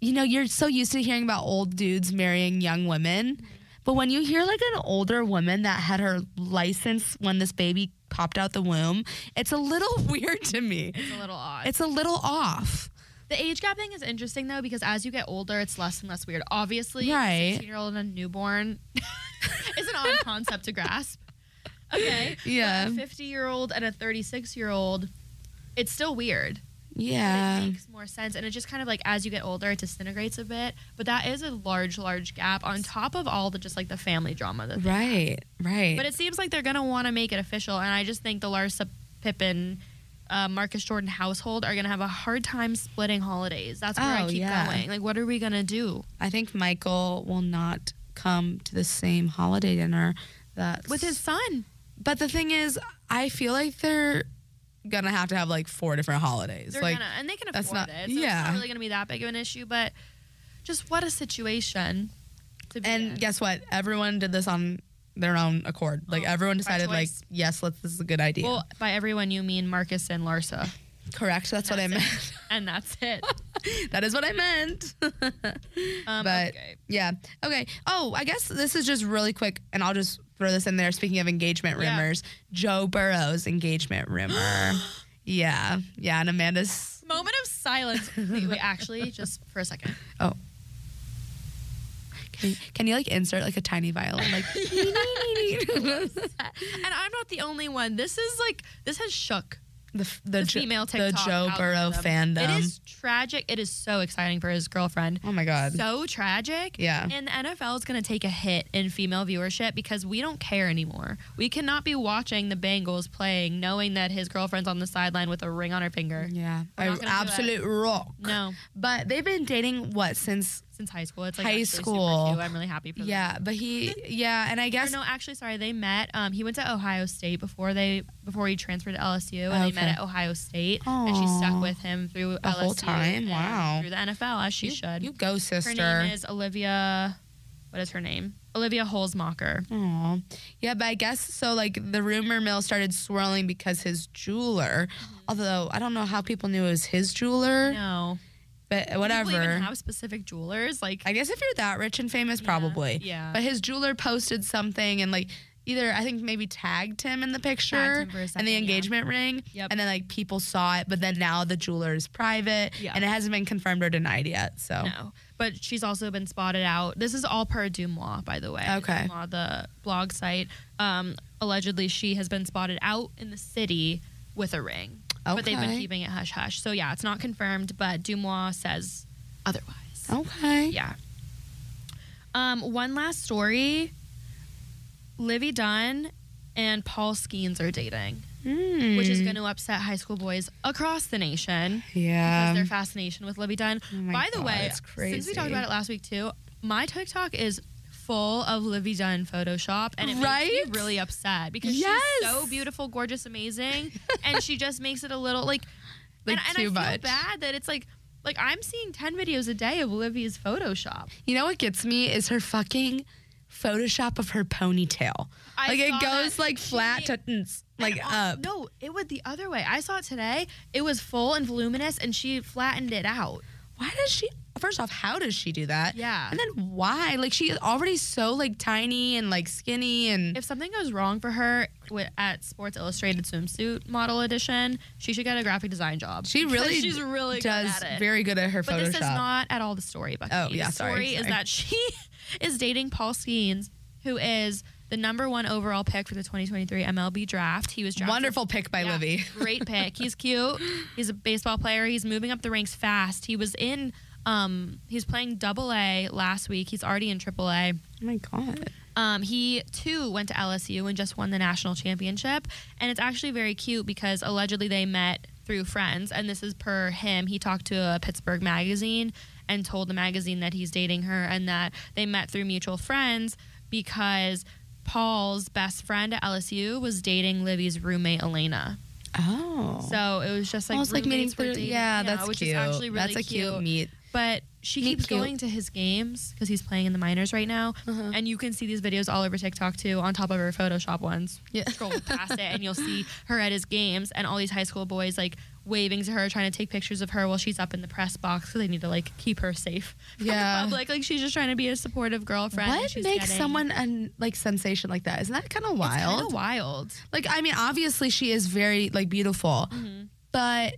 Speaker 2: you know, you're so used to hearing about old dudes marrying young
Speaker 1: Mm-hmm.
Speaker 2: women. But when you hear like an older woman that had her license when this baby popped out the womb, it's a little (laughs) weird to me.
Speaker 1: it's a little odd.
Speaker 2: It's a little off.
Speaker 1: The age gap thing is interesting though because as you get older, it's less and less weird. Obviously,
Speaker 2: Right.
Speaker 1: a sixteen-year-old and a newborn (laughs) is an
Speaker 2: (laughs)
Speaker 1: odd concept to grasp. Okay,
Speaker 2: Yeah.
Speaker 1: a fifty-year-old and a thirty-six-year-old, it's still weird. But it
Speaker 2: Yeah.
Speaker 1: makes more sense, and it just kind of like as you get older, it disintegrates a bit. But that is a large, large gap on top of all the just like the family drama. That,
Speaker 2: Right. Right.
Speaker 1: but it seems like they're gonna want to make it official, and I just think the Larsa Pippen. Uh, Marcus Jordan household are gonna have a hard time splitting holidays. That's where
Speaker 2: Oh,
Speaker 1: I keep
Speaker 2: yeah.
Speaker 1: going. Like, what are we gonna do?
Speaker 2: I think Michael will not come to the same holiday dinner that
Speaker 1: with his son.
Speaker 2: But the thing is, I feel like they're gonna have to have like four different holidays.
Speaker 1: They're
Speaker 2: like
Speaker 1: gonna and they can
Speaker 2: that's
Speaker 1: afford
Speaker 2: not-
Speaker 1: it. So it's
Speaker 2: yeah.
Speaker 1: not really gonna be that big of an issue, but just what a situation to be
Speaker 2: and
Speaker 1: in.
Speaker 2: guess what? Everyone did this on their own accord. Like
Speaker 1: Oh,
Speaker 2: everyone
Speaker 1: by
Speaker 2: decided like,
Speaker 1: choice.
Speaker 2: yes, let's this is a good idea.
Speaker 1: Well, by everyone you mean Marcus and Larsa.
Speaker 2: Correct. That's, what I
Speaker 1: That's
Speaker 2: meant.
Speaker 1: (laughs) And that's
Speaker 2: (laughs)
Speaker 1: it.
Speaker 2: that is what I meant. (laughs)
Speaker 1: Um,
Speaker 2: but
Speaker 1: okay.
Speaker 2: yeah. Okay. Oh, I guess this is just really quick and I'll just throw this in there. Speaking of engagement
Speaker 1: Yeah.
Speaker 2: rumors, Joe Burrow's
Speaker 1: (gasps)
Speaker 2: engagement rumor. yeah. Yeah. And Amanda's
Speaker 1: Moment of silence. Wait, wait, actually, just for a second.
Speaker 2: Oh. Can, can you like insert like a tiny violin? Like (laughs)
Speaker 1: And I'm not the only one. This is like this has shook
Speaker 2: the f- the,
Speaker 1: the
Speaker 2: Jo-
Speaker 1: female
Speaker 2: the
Speaker 1: TikTok
Speaker 2: Joe Burrow
Speaker 1: algorithm.
Speaker 2: fandom.
Speaker 1: It is tragic. It is so exciting for his girlfriend.
Speaker 2: oh my god.
Speaker 1: So tragic.
Speaker 2: Yeah.
Speaker 1: And the NFL is going to take a hit in female viewership because we don't care anymore. We cannot be watching the Bengals playing knowing that his girlfriend's on the sideline with a ring on her finger.
Speaker 2: yeah,
Speaker 1: We're not gonna do that.
Speaker 2: absolute rock.
Speaker 1: No,
Speaker 2: But they've been dating what since?
Speaker 1: since high school. It's like
Speaker 2: High
Speaker 1: actually
Speaker 2: school.
Speaker 1: Super cute. I'm really happy for them.
Speaker 2: Yeah, but he yeah, and I
Speaker 1: Or
Speaker 2: guess
Speaker 1: no, actually, sorry. They met. Um, he went to Ohio State before they before he transferred to LSU, and
Speaker 2: Okay.
Speaker 1: they met at Ohio State. And she stuck
Speaker 2: Aw.
Speaker 1: with him through
Speaker 2: The
Speaker 1: LSU
Speaker 2: whole time?
Speaker 1: and
Speaker 2: Wow.
Speaker 1: Through the NFL, as she
Speaker 2: you,
Speaker 1: should.
Speaker 2: you go
Speaker 1: her
Speaker 2: sister.
Speaker 1: name is Olivia. What is her name? Olivia Holzmacher.
Speaker 2: Aw. Yeah, but I guess so. Like the rumor mill started swirling because his jeweler, although I don't know how people knew it was his jeweler,
Speaker 1: Mm-hmm. No,
Speaker 2: but
Speaker 1: Do people even
Speaker 2: whatever.
Speaker 1: have specific jewelers? Like,
Speaker 2: I guess if you're that rich and famous, probably.
Speaker 1: yeah.
Speaker 2: But his jeweler posted something and like either I think maybe tagged him in the picture
Speaker 1: him for a
Speaker 2: and
Speaker 1: second,
Speaker 2: the
Speaker 1: yeah.
Speaker 2: engagement ring,
Speaker 1: Yep.
Speaker 2: and then like people saw it, but then now the jeweler is private,
Speaker 1: Yeah.
Speaker 2: and it hasn't been confirmed or denied yet. So
Speaker 1: no. But she's also been spotted out. This is all per Dumois, by the way.
Speaker 2: Okay.
Speaker 1: Dumois, the blog site. Um, allegedly, she has been spotted out in the city with a ring. But they've been
Speaker 2: Okay.
Speaker 1: keeping it hush hush. So, yeah, it's not confirmed, but Dumois says otherwise.
Speaker 2: okay,
Speaker 1: Yeah. Um, one last story Livy Dunn and Paul Skeens are dating,
Speaker 2: Hmm.
Speaker 1: which is going to upset high school boys across the nation. because
Speaker 2: yeah. Oh
Speaker 1: their fascination with Libby Dunn.
Speaker 2: my
Speaker 1: By the
Speaker 2: God,
Speaker 1: way,
Speaker 2: it's
Speaker 1: since we talked
Speaker 2: crazy.
Speaker 1: about it last week too, my TikTok is full of Livy Dunn Photoshop, and it makes
Speaker 2: Right?
Speaker 1: me really upset because
Speaker 2: Yes.
Speaker 1: she's so beautiful, gorgeous, amazing, and she just makes it a little like,
Speaker 2: (laughs) Like,
Speaker 1: and, and
Speaker 2: too
Speaker 1: I feel
Speaker 2: much.
Speaker 1: bad that it's like. Like I'm seeing ten videos a day of Olivia's Photoshop.
Speaker 2: You know what gets me is her fucking Photoshop of her ponytail.
Speaker 1: I
Speaker 2: like it
Speaker 1: saw
Speaker 2: goes
Speaker 1: that.
Speaker 2: like flat
Speaker 1: She-
Speaker 2: to mm, like
Speaker 1: And al-
Speaker 2: up.
Speaker 1: No, it went the other way. I saw it today. It was full and voluminous, and she flattened it out.
Speaker 2: Why does she? First off, how does she do that?
Speaker 1: Yeah.
Speaker 2: And then why? Like she is already so like tiny and like skinny and
Speaker 1: if something goes wrong for her wi- at Sports Illustrated swimsuit model edition, she should get a graphic design job.
Speaker 2: she
Speaker 1: Because
Speaker 2: really
Speaker 1: she's really
Speaker 2: does
Speaker 1: good at it.
Speaker 2: very good at her
Speaker 1: but
Speaker 2: Photoshop.
Speaker 1: this is not at all the story, Bucky.
Speaker 2: Oh, yeah,
Speaker 1: the
Speaker 2: sorry,
Speaker 1: story is
Speaker 2: sorry.
Speaker 1: that she (laughs) is dating Paul Skeens, who is the number one overall pick for the 2023 MLB draft. He was drafted
Speaker 2: Wonderful pick by
Speaker 1: yeah,
Speaker 2: Livy.
Speaker 1: (laughs) great pick. He's cute. He's a baseball player. He's moving up the ranks fast. He was in. Um, he's playing double A last week. He's already in triple A.
Speaker 2: Oh my god.
Speaker 1: Um, he too went to LSU and just won the national championship. And it's actually very cute because allegedly they met through friends. And this is per him. He talked to a Pittsburgh magazine and told the magazine that he's dating her and that they met through mutual friends because Paul's best friend at LSU was dating Livy's roommate, Elena.
Speaker 2: Oh.
Speaker 1: So it was just like,
Speaker 2: Well, it's like meeting
Speaker 1: roommates were
Speaker 2: through.
Speaker 1: dating,
Speaker 2: Yeah, that's
Speaker 1: which
Speaker 2: cute.
Speaker 1: is actually really
Speaker 2: that's a cute, meet.
Speaker 1: but she
Speaker 2: Me
Speaker 1: keeps
Speaker 2: cute. Uh-huh.
Speaker 1: going to his games because he's playing in the minors right now, and you can see these videos all over TikTok too, on top of her Photoshop ones.
Speaker 2: Yeah.
Speaker 1: Scroll past it, and you'll see her at his games, and all these high school boys like waving to her, trying to take pictures of her while she's up in the press box because they need to like keep her safe (laughs) from
Speaker 2: Yeah.
Speaker 1: the public. Like she's just trying to be a supportive girlfriend. and
Speaker 2: What
Speaker 1: she's
Speaker 2: makes
Speaker 1: getting-
Speaker 2: someone an like sensation like that? Isn't that kind of
Speaker 1: It's kinda
Speaker 2: wild?
Speaker 1: wild?
Speaker 2: Like, I mean, obviously she is very like beautiful,
Speaker 1: Mm-hmm.
Speaker 2: but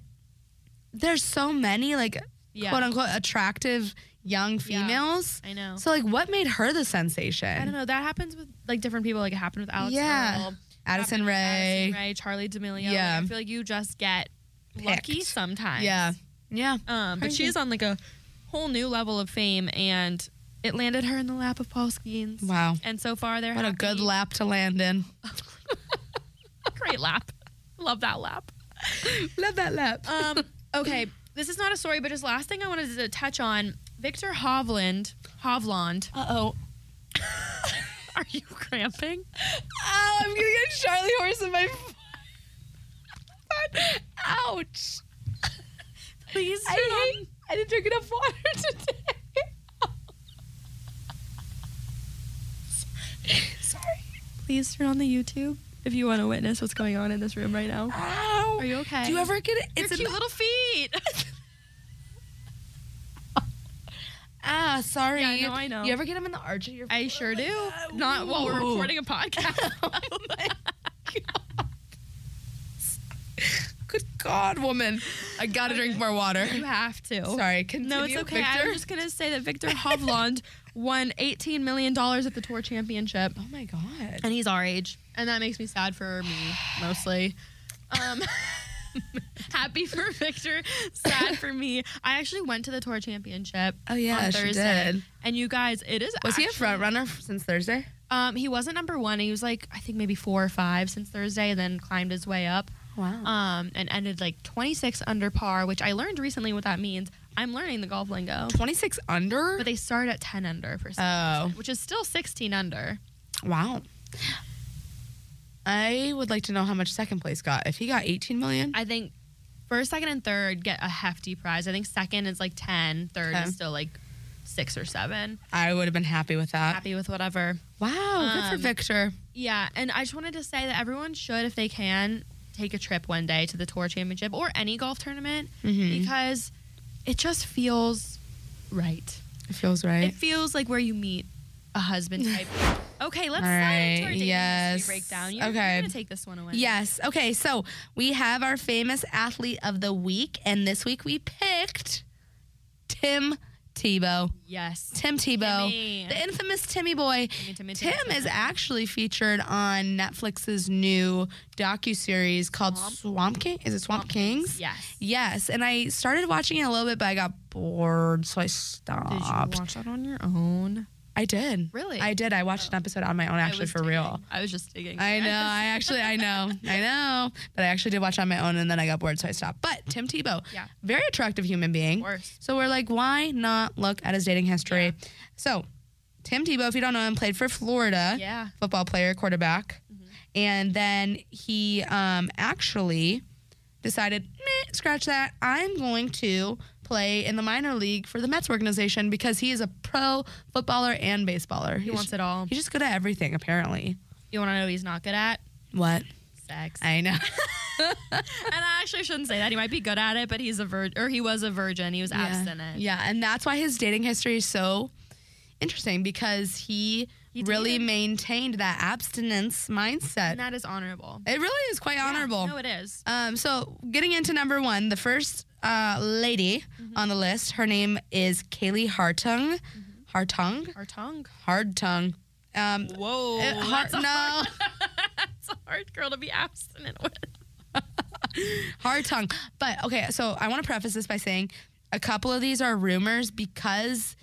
Speaker 2: there's so many like
Speaker 1: Yeah.
Speaker 2: quote unquote attractive young
Speaker 1: Yeah.
Speaker 2: females.
Speaker 1: I know.
Speaker 2: So like, what made her the sensation?
Speaker 1: I don't know. That happens with like different people. Like it happened with Alex.
Speaker 2: Yeah.
Speaker 1: Earl.
Speaker 2: Addison
Speaker 1: happened with
Speaker 2: Ray.
Speaker 1: Addison Ray, Charlie D'Amelio.
Speaker 2: Yeah.
Speaker 1: Yeah, I feel like you just get lucky
Speaker 2: Picked.
Speaker 1: sometimes.
Speaker 2: Yeah, yeah.
Speaker 1: um, but
Speaker 2: Crazy.
Speaker 1: she's on like a whole new level of fame, and it landed her in the lap of Paul Skeens.
Speaker 2: Wow,
Speaker 1: And so far, they're
Speaker 2: what a
Speaker 1: happy.
Speaker 2: good lap to land in.
Speaker 1: (laughs) great lap. Love that lap.
Speaker 2: (laughs) Love that lap.
Speaker 1: Um, okay, this is not a story, but just last thing I wanted to touch on: Victor Hovland. Hovland,
Speaker 2: Uh oh.
Speaker 1: (laughs) are you (laughs) cramping?
Speaker 2: Ow! I'm gonna get Charlie horse in my. Ouch!
Speaker 1: Please.
Speaker 2: I
Speaker 1: turn on-
Speaker 2: hate. I didn't drink enough water (laughs) today. Sorry.
Speaker 1: Please turn on the YouTube if you want to witness what's going on in this room right now.
Speaker 2: Ow.
Speaker 1: Are you okay?
Speaker 2: Do you ever get it?
Speaker 1: Your
Speaker 2: It's
Speaker 1: cute
Speaker 2: an,
Speaker 1: little (laughs) feet.
Speaker 2: ah. Sorry.
Speaker 1: Yeah, I know, I know.
Speaker 2: You ever get them in the arch of your?
Speaker 1: I sure do.
Speaker 2: God.
Speaker 1: Not while (laughs) we're
Speaker 2: Ooh.
Speaker 1: recording a (laughs) podcast.
Speaker 2: (laughs) oh my god. Good God, woman! I gotta drink more water.
Speaker 1: you have to.
Speaker 2: Sorry. Continue,
Speaker 1: No, it's okay. I
Speaker 2: Victor.
Speaker 1: was just gonna say that Victor (laughs) Hovland won eighteen million dollars at the tour championship,
Speaker 2: oh my God.
Speaker 1: and he's our age, and that makes me sad for me mostly. Um, (laughs) Happy for Victor, sad for me. I actually went to the tour championship.
Speaker 2: Oh, yeah,
Speaker 1: on
Speaker 2: she
Speaker 1: Thursday.
Speaker 2: did.
Speaker 1: And you guys, it is.
Speaker 2: Was he a
Speaker 1: actually-
Speaker 2: front runner since Thursday?
Speaker 1: Um, he wasn't number one. He was like I think maybe four or five since Thursday, and then climbed his way up.
Speaker 2: Wow.
Speaker 1: Um, and ended like 26 under par, which I learned recently what that means. I'm learning the golf lingo,
Speaker 2: 26 under?
Speaker 1: but they start at 10 under for some
Speaker 2: Oh.
Speaker 1: reason, which is still 16 under.
Speaker 2: Wow. I would like to know how much second place got. If he got 18 million,
Speaker 1: I think first, second, and third get a hefty prize. I think second is like 10, third
Speaker 2: Okay.
Speaker 1: is still like six or seven.
Speaker 2: I would have been happy with that.
Speaker 1: Happy with whatever.
Speaker 2: Wow, good
Speaker 1: Um,
Speaker 2: for Victor.
Speaker 1: Yeah, and I just wanted to say that everyone should, if they can, take a trip one day to the Tour Championship or any golf tournament
Speaker 2: Mm-hmm.
Speaker 1: because it just feels right.
Speaker 2: It feels right.
Speaker 1: It feels like where you meet a husband
Speaker 2: (laughs)
Speaker 1: type. okay, let's
Speaker 2: All
Speaker 1: slide into our
Speaker 2: right,
Speaker 1: dating
Speaker 2: yes.
Speaker 1: history breakdown. You're,
Speaker 2: Okay.
Speaker 1: you're gonna take this one away.
Speaker 2: Yes. Okay. So we have our famous athlete of the week, and this week we picked Tim Tebow.
Speaker 1: Yes.
Speaker 2: Tim Tebow,
Speaker 1: Timmy.
Speaker 2: the infamous Timmy boy.
Speaker 1: Timmy, Timmy,
Speaker 2: Tim
Speaker 1: Timmy, Timmy.
Speaker 2: is actually featured on Netflix's new docuseries called
Speaker 1: Swamp-
Speaker 2: Swamp King. Is it Swamp, Kings?
Speaker 1: Yes.
Speaker 2: Yes, and I started watching it a little bit, but I got bored, so I
Speaker 1: Did you
Speaker 2: stopped.
Speaker 1: watch that on your own?
Speaker 2: I did.
Speaker 1: Really?
Speaker 2: I did. I watched an episode on my own,
Speaker 1: I
Speaker 2: actually,
Speaker 1: was
Speaker 2: for
Speaker 1: digging.
Speaker 2: real.
Speaker 1: I was just digging. (laughs)
Speaker 2: I know. I actually, I know. I know. But I actually did watch on my own and then I got bored, so I stopped. But Tim Tebow,
Speaker 1: Yeah.
Speaker 2: very attractive human being. (laughs)
Speaker 1: course.
Speaker 2: So we're like, why not look at his dating history? So Tim Tebow, if you don't know him, played for Florida.
Speaker 1: Yeah.
Speaker 2: Football player, quarterback.
Speaker 1: Mm-hmm.
Speaker 2: And then he um, actually decided, meh, scratch that. I'm going to play in the minor league for the Mets organization because he is a pro footballer and baseballer.
Speaker 1: He wants it all.
Speaker 2: He's just good at everything, apparently.
Speaker 1: You want to know what he's not good at?
Speaker 2: What?
Speaker 1: Sex.
Speaker 2: I know.
Speaker 1: and I actually shouldn't say that. He might be good at it, but he's a virgin, or he was a virgin. He was abstinent.
Speaker 2: (laughs) Yeah, and that's why his dating history is so interesting because he,
Speaker 1: He
Speaker 2: really
Speaker 1: dated-
Speaker 2: maintained that abstinence mindset.
Speaker 1: And that is honorable.
Speaker 2: it really is quite honorable.
Speaker 1: no, it is.
Speaker 2: um, so getting into number one, the first uh, lady on the list, her name is Kaylee Hartung. Hartung?
Speaker 1: Our tongue.
Speaker 2: Hard tongue. Um,
Speaker 1: Whoa.
Speaker 2: it- har-
Speaker 1: that's, a, (laughs)
Speaker 2: (laughs) no,
Speaker 1: that's a hard girl to be abstinent with.
Speaker 2: hard tongue. But okay, so I want to preface this by saying a couple of these are rumors because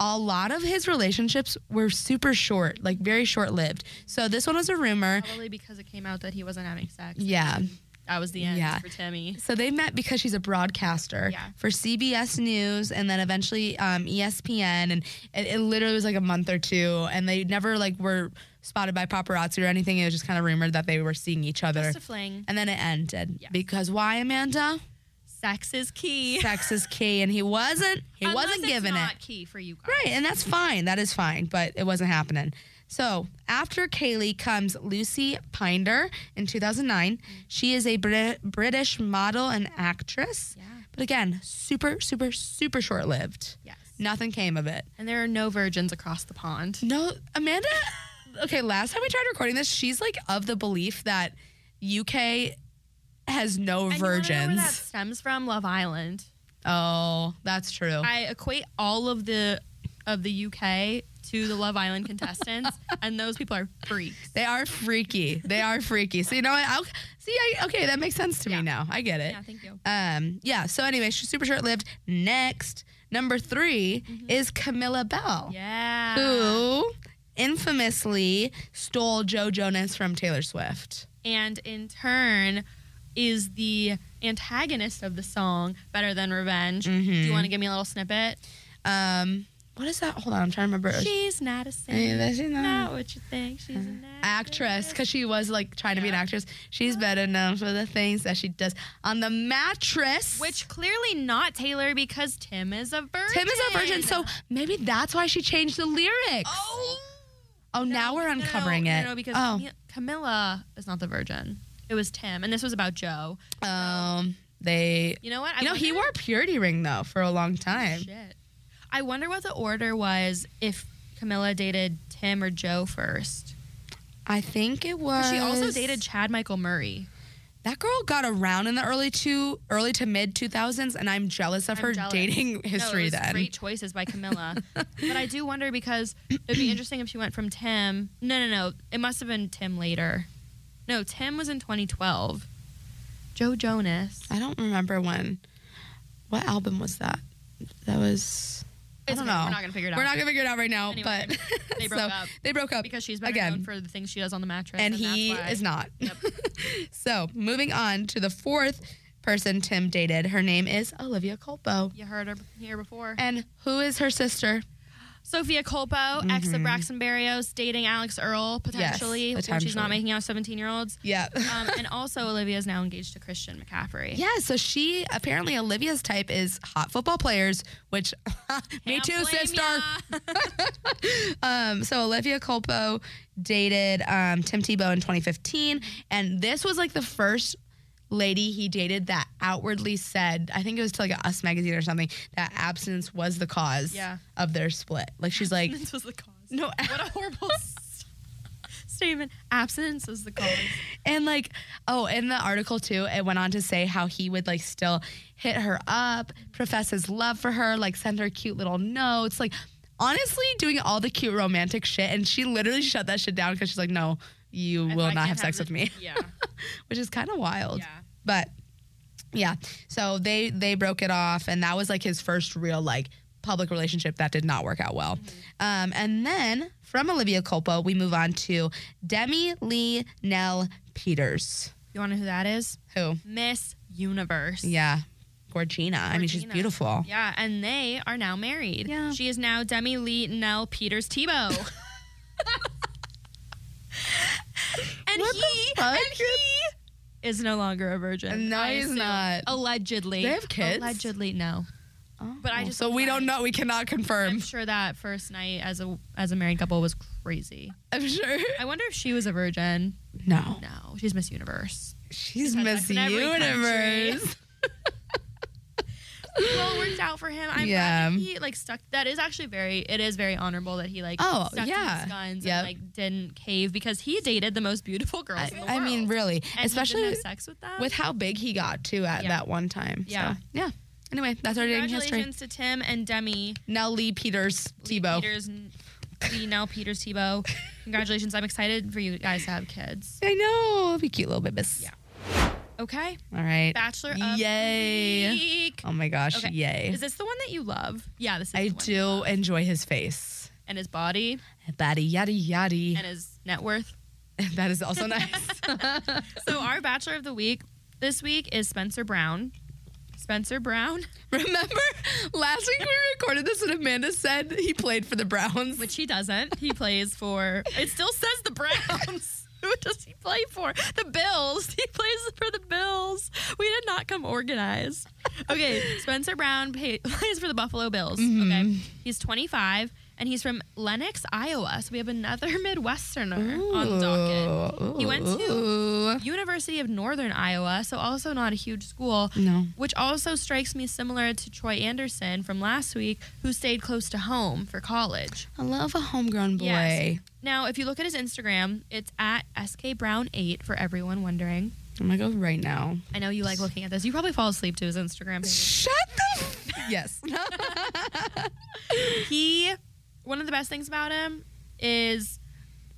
Speaker 2: a lot of his relationships were super short, like very short lived. So this one was a rumor.
Speaker 1: Probably because it came out that he wasn't having sex.
Speaker 2: Yeah.
Speaker 1: That was the end
Speaker 2: Yeah.
Speaker 1: for Timmy.
Speaker 2: So they met because she's a broadcaster
Speaker 1: Yeah.
Speaker 2: for CBS News and then eventually um, ESPN, and it, it literally was like a month or two, and they never like were spotted by paparazzi or anything. It was just kind of rumored that they were seeing each other,
Speaker 1: Just a fling.
Speaker 2: and then it ended
Speaker 1: Yeah.
Speaker 2: because
Speaker 1: (laughs)
Speaker 2: why, Amanda?
Speaker 1: Sex is key.
Speaker 2: sex is key, and he wasn't. He
Speaker 1: Unless
Speaker 2: wasn't
Speaker 1: it's
Speaker 2: giving it.
Speaker 1: not key for you guys.
Speaker 2: Right, and that's fine. That is fine, but it wasn't happening. So after Kaylee comes Lucy Pinder in 2009. She is a Brit- British model and actress.
Speaker 1: Yeah.
Speaker 2: But again, super, super, super short lived.
Speaker 1: Yes.
Speaker 2: Nothing came of it.
Speaker 1: And there are no virgins across the pond.
Speaker 2: No, Amanda. Okay, last time we tried recording this, she's like of the belief that UK has no
Speaker 1: And you wanna know where that
Speaker 2: virgins.
Speaker 1: stems from Love Island.
Speaker 2: Oh, that's true.
Speaker 1: I equate all of the of the UK to the Love Island
Speaker 2: (laughs)
Speaker 1: contestants, and those people are freaks.
Speaker 2: They are freaky. They are freaky. So you know what? I'll, see, I, okay, that makes sense to
Speaker 1: Yeah.
Speaker 2: me now. I get it.
Speaker 1: Yeah, thank you.
Speaker 2: Um, yeah. So anyway, she's super short lived. Next, number 3 is Camilla Bell,
Speaker 1: Yeah.
Speaker 2: who infamously stole Joe Jonas from Taylor Swift.
Speaker 1: And in turn, is the antagonist of the song "Better Than Revenge"? Do
Speaker 2: Mm-hmm.
Speaker 1: you want to give me a little snippet?
Speaker 2: Um, what is that? Hold on, I'm trying to remember.
Speaker 1: She's not a
Speaker 2: Hey, uh,
Speaker 1: singer.
Speaker 2: that's enough.
Speaker 1: Not what you think. She's an
Speaker 2: actress because she was like trying to be an
Speaker 1: Yeah.
Speaker 2: actress. She's better known for the things that she does on the mattress,
Speaker 1: Which clearly not Taylor because Tim is a virgin.
Speaker 2: Tim is a virgin, so maybe that's why she changed the lyrics.
Speaker 1: Oh.
Speaker 2: Oh, now
Speaker 1: No,
Speaker 2: we're
Speaker 1: no,
Speaker 2: uncovering
Speaker 1: no,
Speaker 2: it.
Speaker 1: No, no, because
Speaker 2: oh,
Speaker 1: Cami- Camilla is not the virgin. It was Tim, and this was about Joe.
Speaker 2: um, they.
Speaker 1: You know what? I
Speaker 2: You know, he
Speaker 1: wonder-
Speaker 2: wore a purity ring though for a long time.
Speaker 1: (laughs) Shit. I wonder what the order was if Camilla dated Tim or Joe first.
Speaker 2: I think it was.
Speaker 1: 'Cause She also dated Chad Michael Murray.
Speaker 2: That girl got around in the early two, early to mid two thousands, and I'm jealous of
Speaker 1: I'm
Speaker 2: her
Speaker 1: jealous.
Speaker 2: dating
Speaker 1: No, it
Speaker 2: history.
Speaker 1: was
Speaker 2: then
Speaker 1: great choices by
Speaker 2: (laughs)
Speaker 1: Camilla, but I do wonder because it'd be interesting if she went from Tim. No, no, no. It must have been Tim later. No, Tim was in 2012. Joe Jonas.
Speaker 2: I don't remember when. What album was that? That was. I
Speaker 1: It's
Speaker 2: don't
Speaker 1: okay.
Speaker 2: know.
Speaker 1: We're not gonna figure it out.
Speaker 2: We're not gonna figure it out right now.
Speaker 1: Anyway,
Speaker 2: but
Speaker 1: (laughs)
Speaker 2: (laughs)
Speaker 1: they broke
Speaker 2: so,
Speaker 1: up.
Speaker 2: They broke up
Speaker 1: because she's better
Speaker 2: again,
Speaker 1: known for the things she does on the mattress,
Speaker 2: and he
Speaker 1: that's why.
Speaker 2: is not. (laughs) so moving on to the fourth person Tim dated. Her name is Olivia Culpo.
Speaker 1: You heard her here before.
Speaker 2: And who is her sister?
Speaker 1: Sophia Colpo, ex
Speaker 2: Mm-hmm.
Speaker 1: of Braxton Berrios, dating Alex Earl potentially when she's
Speaker 2: potentially.
Speaker 1: not making out seventeen-year-olds.
Speaker 2: (laughs) Yeah.
Speaker 1: Um, and also, Olivia is now engaged to Christian
Speaker 2: (laughs)
Speaker 1: McCaffrey.
Speaker 2: Yeah, so she apparently Olivia's type is hot football players, which (laughs) me
Speaker 1: Can't
Speaker 2: too,
Speaker 1: blame
Speaker 2: sister. (laughs)
Speaker 1: (laughs) ya.
Speaker 2: Um, so Olivia Culpo dated um, Tim Tebow in 2015, and this was like the first lady he dated that outwardly said, I think it was to like a Us magazine or something, that abstinence was the cause
Speaker 1: Yeah.
Speaker 2: of their split. Like she's like,
Speaker 1: Abstinence (laughs) was the cause.
Speaker 2: no,
Speaker 1: What a horrible (laughs) s- statement. Abstinence was the cause.
Speaker 2: And like, oh, in the article too, it went on to say how he would like still hit her up, profess his love for her, like send her cute little notes, like honestly doing all the cute romantic shit. And she literally shut that shit down because she's like, no, you
Speaker 1: I
Speaker 2: will
Speaker 1: can't
Speaker 2: not have sex
Speaker 1: this-
Speaker 2: with me, (laughs)
Speaker 1: Yeah.
Speaker 2: which is kind of wild.
Speaker 1: Yeah.
Speaker 2: But yeah, so they they broke it off, and that was like his first real like public relationship that did not work out well.
Speaker 1: Mm-hmm.
Speaker 2: Um, and then from Olivia Culpo, we move on to Demi Lee Nell Peters.
Speaker 1: You want to know who that is?
Speaker 2: Who?
Speaker 1: Miss Universe.
Speaker 2: Yeah, Gorgina. I mean, she's
Speaker 1: Georgina.
Speaker 2: beautiful.
Speaker 1: Yeah, and they are now married.
Speaker 2: Yeah.
Speaker 1: She is now Demi Lee Nell Peters Tebow.
Speaker 2: (laughs)
Speaker 1: and
Speaker 2: What the
Speaker 1: he
Speaker 2: fuck?
Speaker 1: and he is no longer a virgin.
Speaker 2: No,
Speaker 1: I
Speaker 2: he's
Speaker 1: assume.
Speaker 2: not.
Speaker 1: Allegedly.
Speaker 2: They have kids?
Speaker 1: Allegedly, no. But I
Speaker 2: Oh.
Speaker 1: just
Speaker 2: so we don't
Speaker 1: like-
Speaker 2: know. We cannot
Speaker 1: (laughs)
Speaker 2: confirm.
Speaker 1: I'm sure that first night as a as a married couple was crazy.
Speaker 2: I'm sure.
Speaker 1: I wonder if she was a virgin.
Speaker 2: No,
Speaker 1: No, she's Miss Universe.
Speaker 2: she's
Speaker 1: She's had
Speaker 2: Miss
Speaker 1: sex in every
Speaker 2: Universe.
Speaker 1: Well, it worked out for him. I'm
Speaker 2: Yeah.
Speaker 1: glad that he like stuck. That is actually very. It is very honorable that he like
Speaker 2: Oh,
Speaker 1: stuck to
Speaker 2: yeah.
Speaker 1: his guns
Speaker 2: Yep.
Speaker 1: and like didn't cave because he dated the most beautiful girls
Speaker 2: I,
Speaker 1: in the
Speaker 2: I
Speaker 1: world.
Speaker 2: mean, really,
Speaker 1: and
Speaker 2: especially
Speaker 1: he didn't have sex with them.
Speaker 2: with how big he got too at
Speaker 1: Yeah.
Speaker 2: that one time.
Speaker 1: Yeah.
Speaker 2: So, yeah. Anyway, that's our dating history.
Speaker 1: congratulations to Tim and Demi
Speaker 2: Now Lee Peters Tebow.
Speaker 1: Peters, and Lee Nell Peters Tebow. Congratulations! I'm excited for you guys to have kids.
Speaker 2: I know. It'll be cute little babies.
Speaker 1: Yeah. Okay,
Speaker 2: All right.
Speaker 1: Bachelor of
Speaker 2: Yay.
Speaker 1: the Week.
Speaker 2: Oh my gosh.
Speaker 1: Okay.
Speaker 2: Yay.
Speaker 1: Is this the one that you love? Yeah, this is
Speaker 2: I
Speaker 1: the one.
Speaker 2: do enjoy his face.
Speaker 1: And his body
Speaker 2: Batty yaddy yaddy.
Speaker 1: and his net worth.
Speaker 2: (laughs) that
Speaker 1: (laughs)
Speaker 2: is also nice.
Speaker 1: So our bachelor of the week this week is Spencer Brown. Spencer Brown, (laughs)
Speaker 2: Remember last week we recorded this and Amanda said he played for the Browns.
Speaker 1: which he doesn't. He plays for. It still says the Browns. (laughs) Who does he play for? The Bills. (laughs) He plays for the Bills. We did not come organized. Okay, Spencer Brown pay, (laughs) plays for the Buffalo Bills. Okay, he's 25 and he's from Lenox, Iowa. So we have another (laughs) Midwesterner on the docket.
Speaker 2: Ooh,
Speaker 1: He went to-
Speaker 2: ooh.
Speaker 1: University of Northern Iowa, so also not a huge school.
Speaker 2: No.
Speaker 1: Which also strikes me similar to Troy Anderson from last week, who stayed close to home for college.
Speaker 2: I love a homegrown boy.
Speaker 1: Yes. Now, if you look at his Instagram, it's at skbrown8 for everyone wondering.
Speaker 2: I'm gonna go right now.
Speaker 1: I know you like looking at this. You probably fall asleep to his Instagram page.
Speaker 2: Shut the. F-
Speaker 1: (laughs)
Speaker 2: yes.
Speaker 1: He, one of the best things about him is,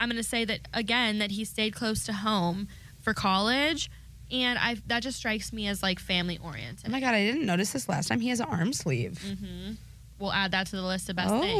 Speaker 1: I'm going to say that again, that he stayed close to home for college. And I that just strikes me as like family oriented.
Speaker 2: Oh my god, I didn't notice this last time. He has an arm sleeve.
Speaker 1: Mm-hmm. We'll add that to the list of best
Speaker 2: Oh.
Speaker 1: things.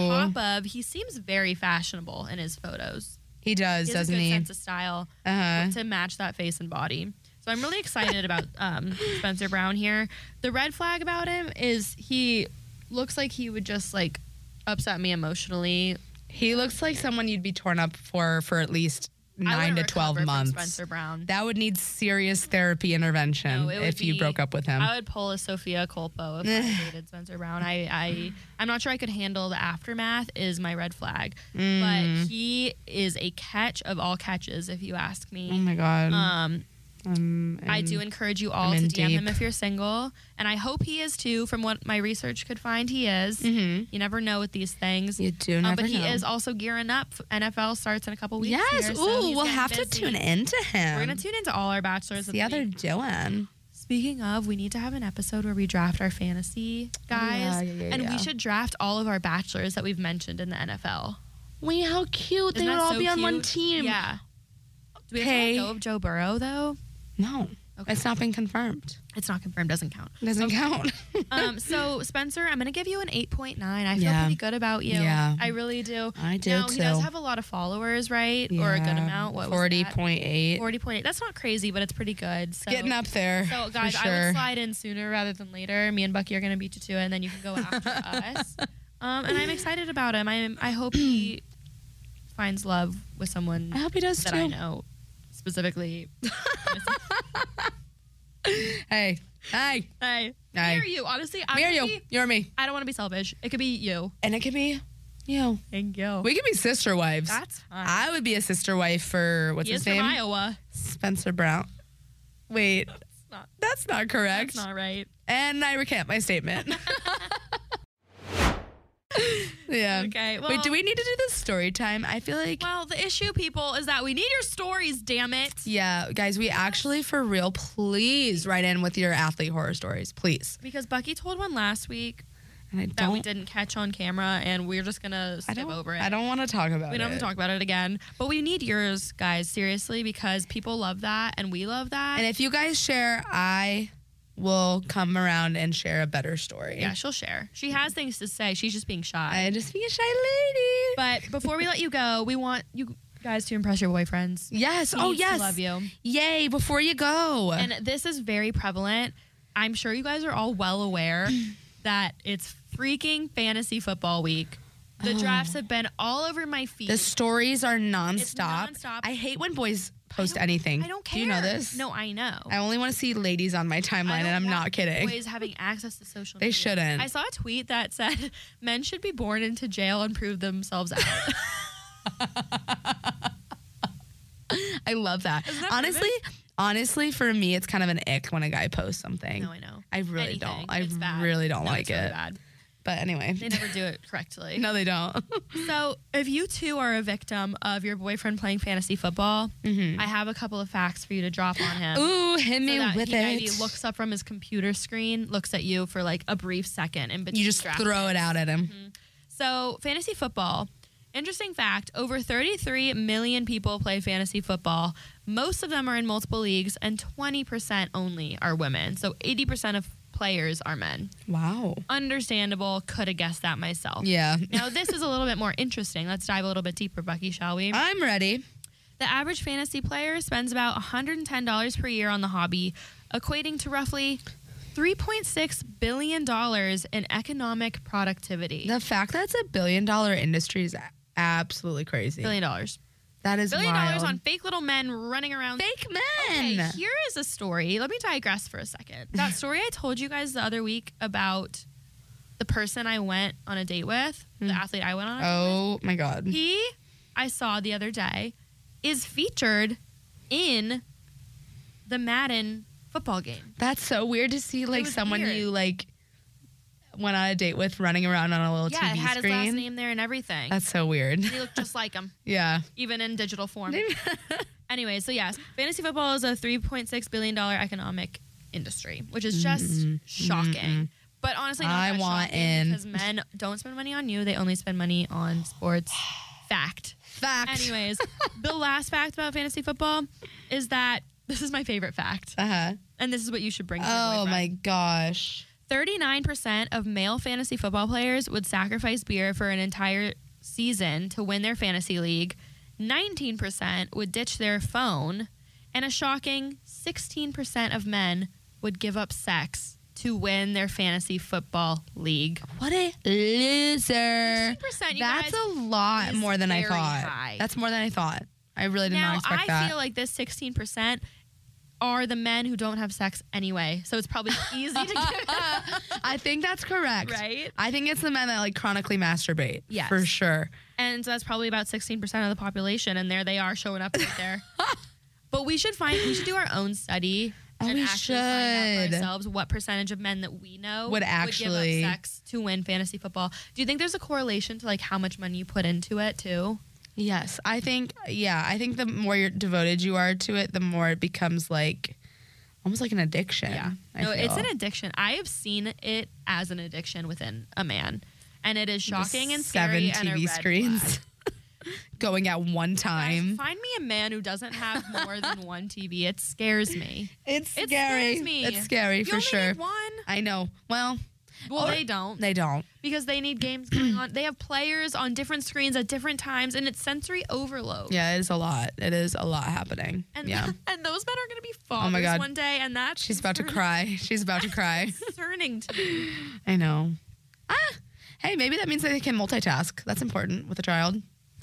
Speaker 1: On top of, he seems very fashionable in his photos.
Speaker 2: He does,
Speaker 1: He has
Speaker 2: doesn't
Speaker 1: a good
Speaker 2: he?
Speaker 1: sense of style
Speaker 2: Uh-huh.
Speaker 1: to match that face and body. So I'm really excited
Speaker 2: (laughs)
Speaker 1: about um, Spencer Brown here. The red flag about him is he looks like he would just like upset me emotionally.
Speaker 2: He looks like someone you'd be torn up for for at least
Speaker 1: I
Speaker 2: nine to
Speaker 1: wouldn't recover
Speaker 2: twelve
Speaker 1: from
Speaker 2: months.
Speaker 1: Spencer Brown.
Speaker 2: That would need serious therapy intervention
Speaker 1: No, it would
Speaker 2: if you
Speaker 1: be-
Speaker 2: broke up with him.
Speaker 1: I would pull a Sophia Colpo
Speaker 2: (sighs)
Speaker 1: if I dated Spencer Brown. I, I I'm not sure I could handle the aftermath is my red flag.
Speaker 2: Mm.
Speaker 1: But he is a catch of all catches if you ask
Speaker 2: oh
Speaker 1: me.
Speaker 2: my god.
Speaker 1: Um,
Speaker 2: Um,
Speaker 1: I
Speaker 2: and-
Speaker 1: do encourage you all
Speaker 2: I'm
Speaker 1: to
Speaker 2: in
Speaker 1: DM him
Speaker 2: deep.
Speaker 1: if you're single, and I hope he is too. From what my research could find, he is.
Speaker 2: Mhm.
Speaker 1: You never know with these things.
Speaker 2: You do
Speaker 1: Um,
Speaker 2: never
Speaker 1: but he
Speaker 2: know.
Speaker 1: is also gearing up. NFL starts in a couple weeks.
Speaker 2: Yes.
Speaker 1: here,
Speaker 2: Ooh,
Speaker 1: so he's
Speaker 2: we'll
Speaker 1: getting
Speaker 2: have to
Speaker 1: busy.
Speaker 2: tune into him.
Speaker 1: We're gonna tune into all our bachelors. of
Speaker 2: See how they're
Speaker 1: week.
Speaker 2: doing.
Speaker 1: Speaking of, we need to have an episode where we draft our fantasy guys,
Speaker 2: Oh, yeah, yeah,
Speaker 1: and
Speaker 2: yeah.
Speaker 1: we should draft all of our bachelors that we've mentioned in the NFL.
Speaker 2: Wait, how cute!
Speaker 1: Isn't that so cute? Yeah. Do we have
Speaker 2: Hey.
Speaker 1: to let go of Joe Burrow though?
Speaker 2: No.
Speaker 1: Okay.
Speaker 2: It's not been confirmed.
Speaker 1: It's not confirmed, doesn't count.
Speaker 2: It doesn't count.
Speaker 1: (laughs) Um, so Spencer, I'm gonna give you an 8.9. I feel
Speaker 2: Yeah.
Speaker 1: pretty good about you.
Speaker 2: Yeah.
Speaker 1: I really do. (laughs)
Speaker 2: I do,
Speaker 1: Now, He does
Speaker 2: too.
Speaker 1: have a lot of followers, right? Or a good amount. What was
Speaker 2: Forty
Speaker 1: that?
Speaker 2: point eight.
Speaker 1: 40.8. That's not crazy, but it's pretty good. So.
Speaker 2: Getting up there.
Speaker 1: So
Speaker 2: for
Speaker 1: guys, I
Speaker 2: sure.
Speaker 1: would slide in sooner rather than later. Me and Bucky are gonna beat you to it, and then you can go
Speaker 2: (laughs)
Speaker 1: after us. Um, and I'm excited about him. I'm. I hope
Speaker 2: (clears throat)
Speaker 1: he finds love with someone
Speaker 2: I hope he does
Speaker 1: that
Speaker 2: too.
Speaker 1: I know specifically.
Speaker 2: Hey, hey,
Speaker 1: I
Speaker 2: Aye.
Speaker 1: hear you. Honestly, I
Speaker 2: me or you? You're me.
Speaker 1: I don't want to be selfish. It could be you
Speaker 2: And it could be you.
Speaker 1: and you.
Speaker 2: We could be sister wives.
Speaker 1: That's fine.
Speaker 2: I would be a sister wife for what's
Speaker 1: he
Speaker 2: his
Speaker 1: is from
Speaker 2: name?
Speaker 1: Iowa.
Speaker 2: Spencer Brown. Wait,
Speaker 1: It's not.
Speaker 2: that's not correct.
Speaker 1: That's not right.
Speaker 2: And I recant my statement.
Speaker 1: (laughs)
Speaker 2: (laughs) yeah.
Speaker 1: Okay, well-
Speaker 2: Wait, do we need to do this story time? I feel like
Speaker 1: Well, the issue, people, is that we need your stories. Damn it.
Speaker 2: yeah, guys, we actually for real, please write in with your athlete horror stories, please.
Speaker 1: Because Bucky told one last week
Speaker 2: And I
Speaker 1: that
Speaker 2: don't
Speaker 1: we didn't catch on camera, and we're just gonna
Speaker 2: I
Speaker 1: skip
Speaker 2: don't
Speaker 1: over it.
Speaker 2: I don't want to talk about it.
Speaker 1: we don't have to talk about it again. But we need yours, guys, seriously, because people love that, and we love that.
Speaker 2: And if you guys share, I will come around and share a better story.
Speaker 1: yeah, she'll share. She has things to say. She's just being shy.
Speaker 2: I just be a shy lady.
Speaker 1: but before we let you go, we want you guys to impress your boyfriends.
Speaker 2: yes,
Speaker 1: He
Speaker 2: oh
Speaker 1: needs to
Speaker 2: yes. Uh.
Speaker 1: love you.
Speaker 2: Yay, before you go.
Speaker 1: And this is very prevalent. I'm sure you guys are all well
Speaker 2: (clears throat)
Speaker 1: aware that it's freaking fantasy football week. The
Speaker 2: Oh.
Speaker 1: drafts have been all over my feed.
Speaker 2: the stories are nonstop.
Speaker 1: nonstop.
Speaker 2: I hate when boys post
Speaker 1: I don't-
Speaker 2: anything.
Speaker 1: I don't care.
Speaker 2: Do you know this?
Speaker 1: No, I know.
Speaker 2: I only want to see ladies on my timeline, and
Speaker 1: don't
Speaker 2: I'm
Speaker 1: want
Speaker 2: not kidding.
Speaker 1: Boys having access to social
Speaker 2: They
Speaker 1: media.
Speaker 2: shouldn't.
Speaker 1: I saw a tweet that said (laughs) men should be born into jail and prove themselves
Speaker 2: (laughs)
Speaker 1: out.
Speaker 2: (laughs) I love that.
Speaker 1: that
Speaker 2: honestly, honestly, for me, it's kind of an ick when a guy posts something.
Speaker 1: no, I know.
Speaker 2: I really
Speaker 1: Anything.
Speaker 2: don't. I
Speaker 1: It's bad.
Speaker 2: really don't
Speaker 1: No,
Speaker 2: like
Speaker 1: it's really
Speaker 2: it.
Speaker 1: bad.
Speaker 2: But anyway,
Speaker 1: They never do it correctly.
Speaker 2: (laughs) no,
Speaker 1: (laughs)
Speaker 2: they don't.
Speaker 1: So, if you too are a victim of your boyfriend playing fantasy football, I have a couple of facts for you to drop on him.
Speaker 2: Mm-hmm. Ooh, hit
Speaker 1: so
Speaker 2: me
Speaker 1: that
Speaker 2: with
Speaker 1: he maybe
Speaker 2: it.
Speaker 1: looks up from his computer screen, looks at you for like a brief second, and
Speaker 2: you just throw it out at him.
Speaker 1: Mm-hmm. So, fantasy football. Interesting fact over 33 million people play fantasy football. Most of them are in multiple leagues, and 20% only are women. So, 80% of players are men.
Speaker 2: Wow.
Speaker 1: Understandable. Could have guessed that myself. (laughs)
Speaker 2: Yeah.
Speaker 1: Now, this is a little bit more interesting. Let's dive a little bit deeper, Bucky, shall we?
Speaker 2: I'm ready.
Speaker 1: The average fantasy player spends about $110 per year on the hobby, equating to roughly $3.6 billion in economic productivity.
Speaker 2: The fact that it's a billion dollar industry is a- absolutely crazy.
Speaker 1: Billion dollars.
Speaker 2: That is
Speaker 1: Billion
Speaker 2: wild.
Speaker 1: dollars on fake little men running around.
Speaker 2: fake
Speaker 1: Okay,
Speaker 2: men.
Speaker 1: here is a story. Let me digress for a
Speaker 2: (laughs)
Speaker 1: second. That story I told you guys the other week about the person I went on a date with,
Speaker 2: Hmm.
Speaker 1: the athlete I went on a
Speaker 2: Oh my god.
Speaker 1: he I saw the other day is featured in the Madden football game.
Speaker 2: That's so weird to see like
Speaker 1: was
Speaker 2: someone
Speaker 1: weird.
Speaker 2: you like went on a date with running around on a little
Speaker 1: yeah,
Speaker 2: TV
Speaker 1: it had
Speaker 2: screen.
Speaker 1: his last name there and everything.
Speaker 2: That's so weird.
Speaker 1: (laughs)
Speaker 2: (laughs)
Speaker 1: he looked just like him,
Speaker 2: Yeah.
Speaker 1: even in digital form. (laughs) anyway, so yes, fantasy football is a $3.6 billion economic industry, which is just shocking. But honestly, not
Speaker 2: Mm-hmm. I
Speaker 1: that
Speaker 2: want
Speaker 1: shocking
Speaker 2: in.
Speaker 1: because men don't spend money on you; they only spend money on sports. Fact.
Speaker 2: Fact. (laughs)
Speaker 1: Anyways, the last fact about fantasy football is that this is my favorite fact,
Speaker 2: Uh huh.
Speaker 1: and this is what you should bring. To your
Speaker 2: Oh
Speaker 1: boyfriend.
Speaker 2: my gosh.
Speaker 1: Thirty-nine percent of male fantasy football players would sacrifice beer for an entire season to win their fantasy league. Nineteen percent would ditch their phone, and a shocking sixteen percent of men would give up sex to win their fantasy football league.
Speaker 2: What a loser.
Speaker 1: 16%, you
Speaker 2: That's
Speaker 1: guys,
Speaker 2: a lot
Speaker 1: is
Speaker 2: more than I
Speaker 1: very
Speaker 2: thought.
Speaker 1: high.
Speaker 2: That's more than I thought. I really did not
Speaker 1: Now
Speaker 2: expect
Speaker 1: I
Speaker 2: that.
Speaker 1: feel like this sixteen percent are the men who don't have sex anyway, so it's probably easy to give
Speaker 2: (laughs)
Speaker 1: up.
Speaker 2: I think that's correct.
Speaker 1: Right?
Speaker 2: I think it's the men that like chronically masturbate.
Speaker 1: Yes.
Speaker 2: For sure.
Speaker 1: And so that's probably about 16% of the population. And there they are showing up right there.
Speaker 2: (laughs)
Speaker 1: but we should find, we should do our own study
Speaker 2: Oh,
Speaker 1: and
Speaker 2: we
Speaker 1: actually find out
Speaker 2: should.
Speaker 1: for ourselves what percentage of men that we know
Speaker 2: Would actually-
Speaker 1: give up sex to win fantasy football. Do you think there's a correlation to like how much money you put into it too?
Speaker 2: Yes. I think, yeah, I think the more you're devoted you are to it, the more it becomes like almost like an addiction. I
Speaker 1: no, it's
Speaker 2: feel.
Speaker 1: an addiction. I have seen it as an addiction within a man. And it is shocking and scary
Speaker 2: Seven TV
Speaker 1: and a red
Speaker 2: screens.
Speaker 1: flag.
Speaker 2: (laughs) going at one time.
Speaker 1: Find me a man who doesn't have more
Speaker 2: (laughs)
Speaker 1: than one TV. It scares me.
Speaker 2: It's
Speaker 1: It
Speaker 2: scary.
Speaker 1: scares me.
Speaker 2: It's scary
Speaker 1: You
Speaker 2: for
Speaker 1: only
Speaker 2: sure.
Speaker 1: Need one.
Speaker 2: I know. Well,
Speaker 1: Well,
Speaker 2: Or-
Speaker 1: they don't
Speaker 2: they don't.
Speaker 1: because they need games going on. They have players on different screens at different times, and it's sensory overload.
Speaker 2: Yeah, it is a lot. It is a lot happening.
Speaker 1: And, (laughs)
Speaker 2: yeah.
Speaker 1: and those men are going to be fathers
Speaker 2: Oh my God.
Speaker 1: one day, and that's
Speaker 2: She's about to
Speaker 1: concerning-
Speaker 2: cry. She's about
Speaker 1: (laughs)
Speaker 2: to cry.
Speaker 1: Concerning to
Speaker 2: (laughs)
Speaker 1: me.
Speaker 2: I know. Ah, hey, maybe that means that they can multitask. That's important with a child.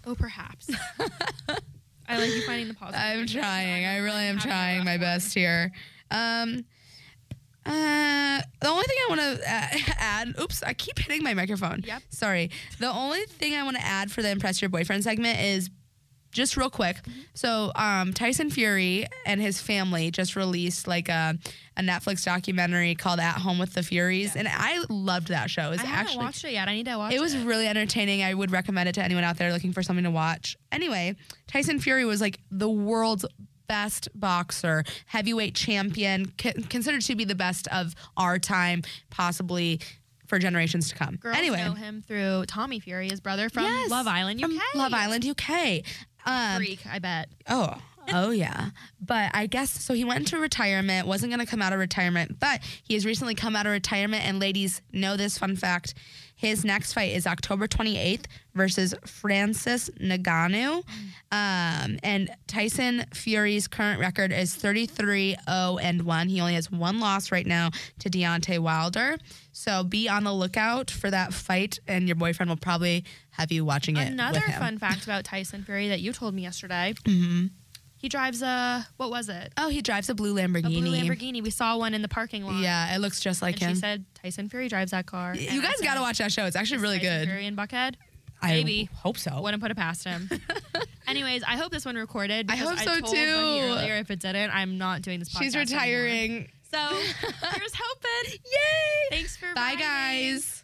Speaker 1: Oh, perhaps. (laughs) I like you finding the positive.
Speaker 2: I'm trying. I really am
Speaker 1: having a
Speaker 2: trying
Speaker 1: rough
Speaker 2: my
Speaker 1: one.
Speaker 2: best here. Um, uh, the only thing I want to (laughs) add, oops, I keep hitting my microphone.
Speaker 1: Yep.
Speaker 2: Sorry. The only thing I want to add for the impress your boyfriend segment is just real quick.
Speaker 1: Mm-hmm.
Speaker 2: So, um, Tyson Fury and his family just released like a, a Netflix documentary called At Home with the Furies, and I loved that show. It was
Speaker 1: I haven't
Speaker 2: actually
Speaker 1: watched it yet. I need to watch it.
Speaker 2: it was really entertaining. I would recommend it to anyone out there looking for something to watch. Anyway, Tyson Fury was like the world's best boxer, heavyweight champion, c- considered to be the best of our time, possibly for generations to come.
Speaker 1: Girls
Speaker 2: anyway,
Speaker 1: know him through Tommy Fury, his brother from
Speaker 2: Yes,
Speaker 1: Love Island UK.
Speaker 2: from Love Island, UK. Um,
Speaker 1: Freak, I bet.
Speaker 2: Oh, oh yeah. But I guess so. He went into retirement. wasn't going to come out of retirement, but he has recently come out of retirement. And ladies, know this fun fact: his next fight is October 28th versus Francis Naganu. Um, and Tyson Fury's current record is 33 0 and one. He only has one loss right now to Deontay Wilder. So be on the lookout for that fight, and your boyfriend will probably have you watching it.
Speaker 1: Another
Speaker 2: with him. Mm-hmm.
Speaker 1: fun fact about Tyson Fury that you told me yesterday. He drives a what was it?
Speaker 2: Oh, he drives a blue
Speaker 1: A
Speaker 2: Lamborghini.
Speaker 1: blue Lamborghini. We saw one in the parking lot.
Speaker 2: Yeah, it looks just like
Speaker 1: And
Speaker 2: him.
Speaker 1: she said Tyson Fury drives that car. And
Speaker 2: you
Speaker 1: I
Speaker 2: guys
Speaker 1: said,
Speaker 2: got to watch that show. It's actually really
Speaker 1: Tyson
Speaker 2: good. Oh.
Speaker 1: Fury and Buckhead.
Speaker 2: I
Speaker 1: Maybe.
Speaker 2: hope so.
Speaker 1: Wouldn't put it past
Speaker 2: (laughs)
Speaker 1: him. Anyways, I hope this one recorded.
Speaker 2: I
Speaker 1: because
Speaker 2: hope so,
Speaker 1: told Bunny
Speaker 2: too.
Speaker 1: Earlier, if it didn't, I'm not doing this. Podcast
Speaker 2: She's
Speaker 1: anymore.
Speaker 2: retiring. (laughs)
Speaker 1: So here's hoping.
Speaker 2: Yay!
Speaker 1: Thanks for
Speaker 2: Bye,
Speaker 1: writing.
Speaker 2: guys.